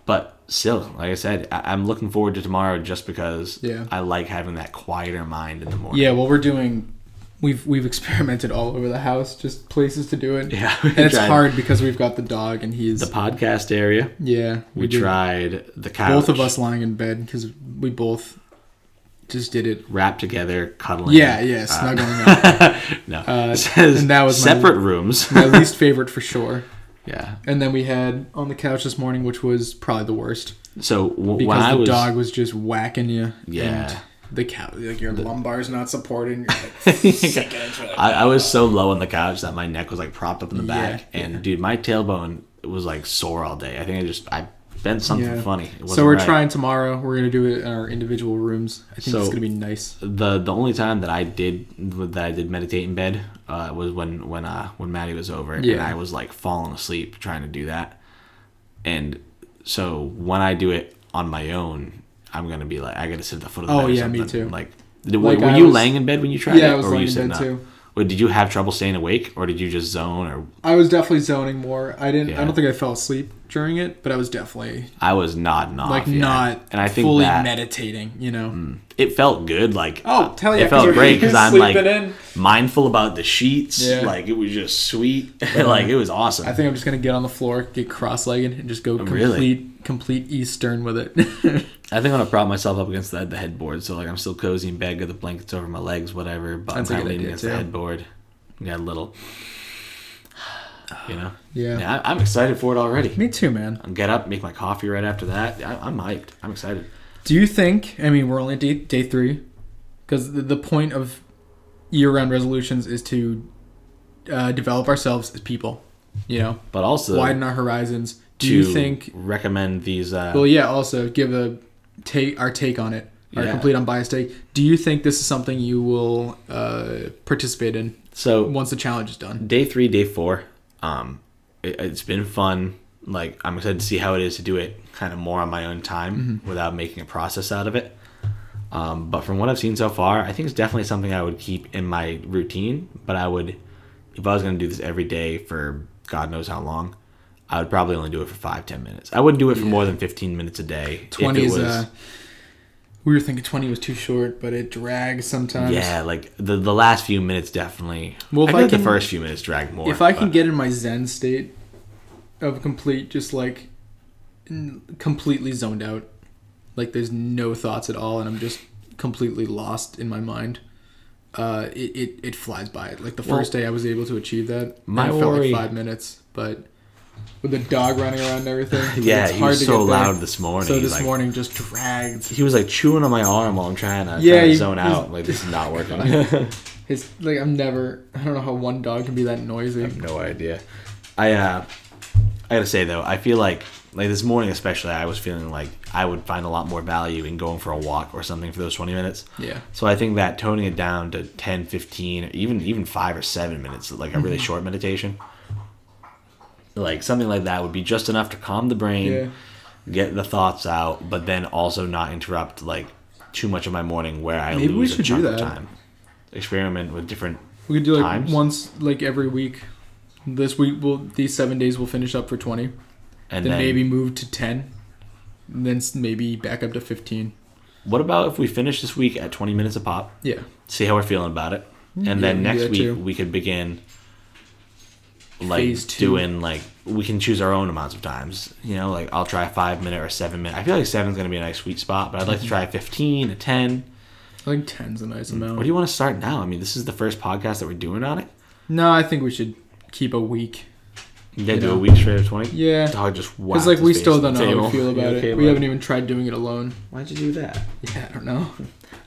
[SPEAKER 1] but still, like I said, I- I'm looking forward to tomorrow just because
[SPEAKER 2] Yeah.
[SPEAKER 1] I like having that quieter mind in the morning.
[SPEAKER 2] Yeah, well, we're doing. We've we've experimented all over the house, just places to do it.
[SPEAKER 1] Yeah, <laughs> we
[SPEAKER 2] and it's
[SPEAKER 1] tried.
[SPEAKER 2] hard because we've got the dog, and he's
[SPEAKER 1] The podcast area.
[SPEAKER 2] yeah.
[SPEAKER 1] We
[SPEAKER 2] do.
[SPEAKER 1] tried the couch.
[SPEAKER 2] both of us lying in bed because we both just did it.
[SPEAKER 1] wrapped together, cuddling.
[SPEAKER 2] Yeah, yeah,
[SPEAKER 1] uh,
[SPEAKER 2] snuggling up.
[SPEAKER 1] no. <laughs> It says
[SPEAKER 2] and that was my-
[SPEAKER 1] separate
[SPEAKER 2] <laughs>
[SPEAKER 1] rooms. <laughs>
[SPEAKER 2] My least favorite for sure.
[SPEAKER 1] yeah.
[SPEAKER 2] And then we had on the couch this morning, which was probably the worst
[SPEAKER 1] So w-
[SPEAKER 2] because
[SPEAKER 1] when I
[SPEAKER 2] the
[SPEAKER 1] was <laughs>
[SPEAKER 2] dog was just whacking you.
[SPEAKER 1] Yeah.
[SPEAKER 2] And the couch, like your lumbar's not supporting. You're
[SPEAKER 1] <laughs>
[SPEAKER 2] like,
[SPEAKER 1] I, I was so low on the couch that my neck was like propped up in the
[SPEAKER 2] Yeah,
[SPEAKER 1] back, and dude, my tailbone was like sore all day. I think I just I bent something
[SPEAKER 2] Yeah.
[SPEAKER 1] funny. It wasn't
[SPEAKER 2] so we're
[SPEAKER 1] right.
[SPEAKER 2] trying tomorrow. We're gonna do it in our individual rooms. I think
[SPEAKER 1] So-
[SPEAKER 2] it's gonna be nice.
[SPEAKER 1] the the only time that I did that I did meditate in bed uh, was when when uh, when Maddie was over and
[SPEAKER 2] Yeah.
[SPEAKER 1] I was like falling asleep trying to do that, and so when I do it on my own, I'm gonna be like I gotta sit at the foot of the
[SPEAKER 2] Oh,
[SPEAKER 1] bed. or
[SPEAKER 2] yeah, me
[SPEAKER 1] something.
[SPEAKER 2] too.
[SPEAKER 1] Like, did,
[SPEAKER 2] Like,
[SPEAKER 1] were,
[SPEAKER 2] I
[SPEAKER 1] you
[SPEAKER 2] was-
[SPEAKER 1] laying in bed when you tried
[SPEAKER 2] Yeah,
[SPEAKER 1] it,
[SPEAKER 2] I was
[SPEAKER 1] or were you
[SPEAKER 2] laying in
[SPEAKER 1] sitting
[SPEAKER 2] bed
[SPEAKER 1] up?
[SPEAKER 2] too.
[SPEAKER 1] Wait, did you have trouble staying awake, or did you just zone? Or
[SPEAKER 2] I was definitely zoning more. I didn't. I
[SPEAKER 1] Yeah.
[SPEAKER 2] don't think I fell asleep during it, but I was definitely
[SPEAKER 1] I was nodding off,
[SPEAKER 2] like
[SPEAKER 1] yeah.
[SPEAKER 2] not
[SPEAKER 1] and I think
[SPEAKER 2] fully
[SPEAKER 1] that Mm.
[SPEAKER 2] meditating. You know.
[SPEAKER 1] it felt good. Like
[SPEAKER 2] Oh, tell ya,
[SPEAKER 1] it felt
[SPEAKER 2] 'cause
[SPEAKER 1] great
[SPEAKER 2] you're
[SPEAKER 1] because I'm like
[SPEAKER 2] sleeping in.
[SPEAKER 1] mindful about the sheets.
[SPEAKER 2] Yeah. Uh-huh.
[SPEAKER 1] Like it was just sweet. <laughs> like it was awesome.
[SPEAKER 2] I think I'm just gonna get on the floor, get cross-legged, and just go complete
[SPEAKER 1] really?
[SPEAKER 2] complete Eastern with it. <laughs>
[SPEAKER 1] I think I'm gonna prop myself up against the, the headboard. So like I'm still cozy in bed, got the blankets over my legs, whatever. But
[SPEAKER 2] That's a
[SPEAKER 1] I'm kind of
[SPEAKER 2] good
[SPEAKER 1] leaning
[SPEAKER 2] idea,
[SPEAKER 1] against
[SPEAKER 2] too.
[SPEAKER 1] the headboard. Got a little, you know.
[SPEAKER 2] Yeah.
[SPEAKER 1] I, I'm excited for it already.
[SPEAKER 2] Me too, man.
[SPEAKER 1] I'll get up, make my coffee right after that. I, I'm hyped. I'm excited.
[SPEAKER 2] Do you think? I mean, we're only day day three, because the, the point of year-round resolutions is to uh, develop ourselves as people. You know,
[SPEAKER 1] But also,
[SPEAKER 2] widen our horizons. Do
[SPEAKER 1] to
[SPEAKER 2] you think?
[SPEAKER 1] recommend these? Uh,
[SPEAKER 2] Well, yeah. Also, give a take our take on it. Our
[SPEAKER 1] Yeah.
[SPEAKER 2] complete unbiased take. Do you think this is something you will uh, participate in
[SPEAKER 1] so
[SPEAKER 2] once the challenge is done?
[SPEAKER 1] day three, day four. Um, it, it's been fun. Like I'm excited to see how it is to do it kind of more on my own time
[SPEAKER 2] Mm-hmm.
[SPEAKER 1] without making a process out of it. Um, but from what I've seen so far, I think it's definitely something I would keep in my routine. But I would, if I was going to do this every day for God knows how long, I would probably only do it for five, ten minutes. I wouldn't do it for more than fifteen minutes a day. if it
[SPEAKER 2] Twenty is.
[SPEAKER 1] was-
[SPEAKER 2] Uh, we were thinking twenty was too short, but it drags sometimes.
[SPEAKER 1] yeah, like the the last few minutes definitely.
[SPEAKER 2] Well,
[SPEAKER 1] Well,
[SPEAKER 2] if
[SPEAKER 1] I,
[SPEAKER 2] I
[SPEAKER 1] think
[SPEAKER 2] can-
[SPEAKER 1] the first few minutes drag more.
[SPEAKER 2] If I can
[SPEAKER 1] but-
[SPEAKER 2] get in my Zen state of complete, just like n- completely zoned out, like there's no thoughts at all, and I'm just completely lost in my mind. Uh, it, it, it flies by. Like the first day, I was able to achieve that.
[SPEAKER 1] my
[SPEAKER 2] and it felt
[SPEAKER 1] worry-
[SPEAKER 2] like five minutes, but with the dog running around and everything,
[SPEAKER 1] <laughs> yeah,
[SPEAKER 2] it's
[SPEAKER 1] he was so
[SPEAKER 2] there.
[SPEAKER 1] loud this morning.
[SPEAKER 2] So this
[SPEAKER 1] like,
[SPEAKER 2] morning just dragged
[SPEAKER 1] he was like chewing on my arm while I'm trying to,
[SPEAKER 2] Yeah,
[SPEAKER 1] trying to
[SPEAKER 2] you-
[SPEAKER 1] zone
[SPEAKER 2] he's-
[SPEAKER 1] out. Like this is not working. I have
[SPEAKER 2] his. Like I'm never. I don't know how one dog can be that noisy.
[SPEAKER 1] no idea. I uh, I gotta say though, I feel like like this morning especially, I was feeling like I would find a lot more value in going for a walk or something for those 20 minutes.
[SPEAKER 2] Yeah.
[SPEAKER 1] So I think that toning it down to 10, 15, even even five or seven minutes, like a really
[SPEAKER 2] Mm-hmm.
[SPEAKER 1] short meditation, like something like that would be just enough to calm the brain,
[SPEAKER 2] Yeah.
[SPEAKER 1] get the thoughts out, but then also not interrupt like too much of my morning where I
[SPEAKER 2] Maybe we
[SPEAKER 1] lose
[SPEAKER 2] should
[SPEAKER 1] a
[SPEAKER 2] do
[SPEAKER 1] chunk of
[SPEAKER 2] that.
[SPEAKER 1] time. Experiment with different.
[SPEAKER 2] We could do like
[SPEAKER 1] times?
[SPEAKER 2] once, like every week. This week, we'll these seven days we'll finish up for twenty,
[SPEAKER 1] And
[SPEAKER 2] then,
[SPEAKER 1] then,
[SPEAKER 2] maybe move to ten, and then s- maybe back up to fifteen.
[SPEAKER 1] What about if we finish this week at 20 minutes a pop?
[SPEAKER 2] Yeah.
[SPEAKER 1] See how we're feeling about it, and
[SPEAKER 2] Mm-hmm. yeah, we
[SPEAKER 1] then
[SPEAKER 2] can do
[SPEAKER 1] next
[SPEAKER 2] that
[SPEAKER 1] week
[SPEAKER 2] too.
[SPEAKER 1] we could begin like
[SPEAKER 2] Phase two.
[SPEAKER 1] doing like we can choose our own amounts of times. You know, like I'll try a five minute or seven minute. I feel like seven's gonna be a nice sweet spot, but I'd like to try a 15, a 10.
[SPEAKER 2] I think 10's a nice amount.
[SPEAKER 1] What do you want to start now? I mean, this is the first podcast that we're doing on it.
[SPEAKER 2] no, I think we should keep a week.
[SPEAKER 1] Yeah,
[SPEAKER 2] You
[SPEAKER 1] do
[SPEAKER 2] know.
[SPEAKER 1] a week straight of 20.
[SPEAKER 2] Yeah.
[SPEAKER 1] Dog just
[SPEAKER 2] Because,
[SPEAKER 1] whacked
[SPEAKER 2] like,
[SPEAKER 1] his
[SPEAKER 2] we
[SPEAKER 1] face
[SPEAKER 2] still
[SPEAKER 1] on the
[SPEAKER 2] don't know how
[SPEAKER 1] table.
[SPEAKER 2] we feel
[SPEAKER 1] You
[SPEAKER 2] about
[SPEAKER 1] okay,
[SPEAKER 2] it. We
[SPEAKER 1] bud?
[SPEAKER 2] haven't even tried doing it alone.
[SPEAKER 1] Why'd you do that?
[SPEAKER 2] Yeah, I
[SPEAKER 1] <laughs>
[SPEAKER 2] don't know.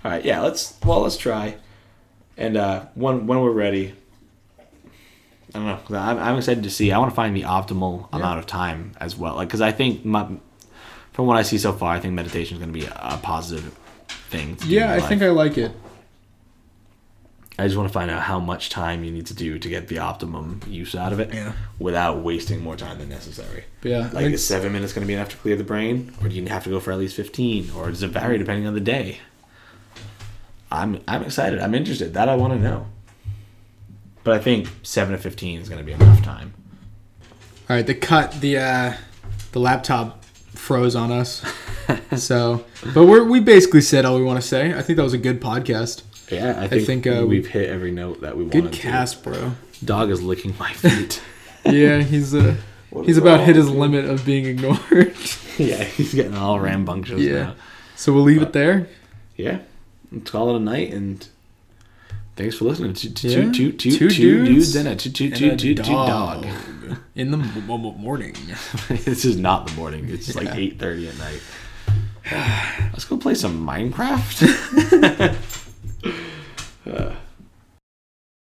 [SPEAKER 1] All right, yeah, let's well, let's try. And uh when when we're ready, I don't know. 'cause I'm, I'm excited to see. I want to find the optimal amount of time as well. Like, because I think my, from what I see so far, I think meditation is going to be a, a positive thing. To do in
[SPEAKER 2] Yeah,
[SPEAKER 1] your
[SPEAKER 2] I
[SPEAKER 1] life.
[SPEAKER 2] think I like it.
[SPEAKER 1] I just want to find out how much time you need to do to get the optimum use out of it,
[SPEAKER 2] Yeah.
[SPEAKER 1] without wasting more time than necessary.
[SPEAKER 2] But yeah. I
[SPEAKER 1] Like,
[SPEAKER 2] think-
[SPEAKER 1] is seven minutes going to be enough to clear the brain, or do you have to go for at least fifteen, or does it vary depending on the day? I'm I'm excited. I'm interested. That I want to know. But I think seven to fifteen is going to be enough time.
[SPEAKER 2] All right, the cut the uh, the laptop froze
[SPEAKER 1] <laughs>
[SPEAKER 2] on us. so, but we're, we basically said all we want to say. I think that was a good podcast.
[SPEAKER 1] Yeah, I think,
[SPEAKER 2] think, uh,
[SPEAKER 1] we've hit every note that we wanted.
[SPEAKER 2] Good cast, bro.
[SPEAKER 1] To. Dog is licking my feet.
[SPEAKER 2] <laughs>
[SPEAKER 1] <laughs>
[SPEAKER 2] Yeah, he's uh,
[SPEAKER 1] What
[SPEAKER 2] he's
[SPEAKER 1] is
[SPEAKER 2] about
[SPEAKER 1] wrong
[SPEAKER 2] hit his
[SPEAKER 1] with you?
[SPEAKER 2] limit of being ignored.
[SPEAKER 1] <laughs>
[SPEAKER 2] <laughs>
[SPEAKER 1] yeah, he's getting all rambunctious
[SPEAKER 2] Yeah.
[SPEAKER 1] now.
[SPEAKER 2] so we'll leave it there.
[SPEAKER 1] Yeah, let's call it a night and. Thanks for listening to two,
[SPEAKER 2] Yeah.
[SPEAKER 1] two, two, two,
[SPEAKER 2] Two dudes
[SPEAKER 1] dudes and a two, two, two,
[SPEAKER 2] And a
[SPEAKER 1] two, two dog.
[SPEAKER 2] in the m- m- morning.
[SPEAKER 1] <laughs> this is not the morning. It's like
[SPEAKER 2] Yeah.
[SPEAKER 1] eight thirty at night. Let's go play some Minecraft. <laughs>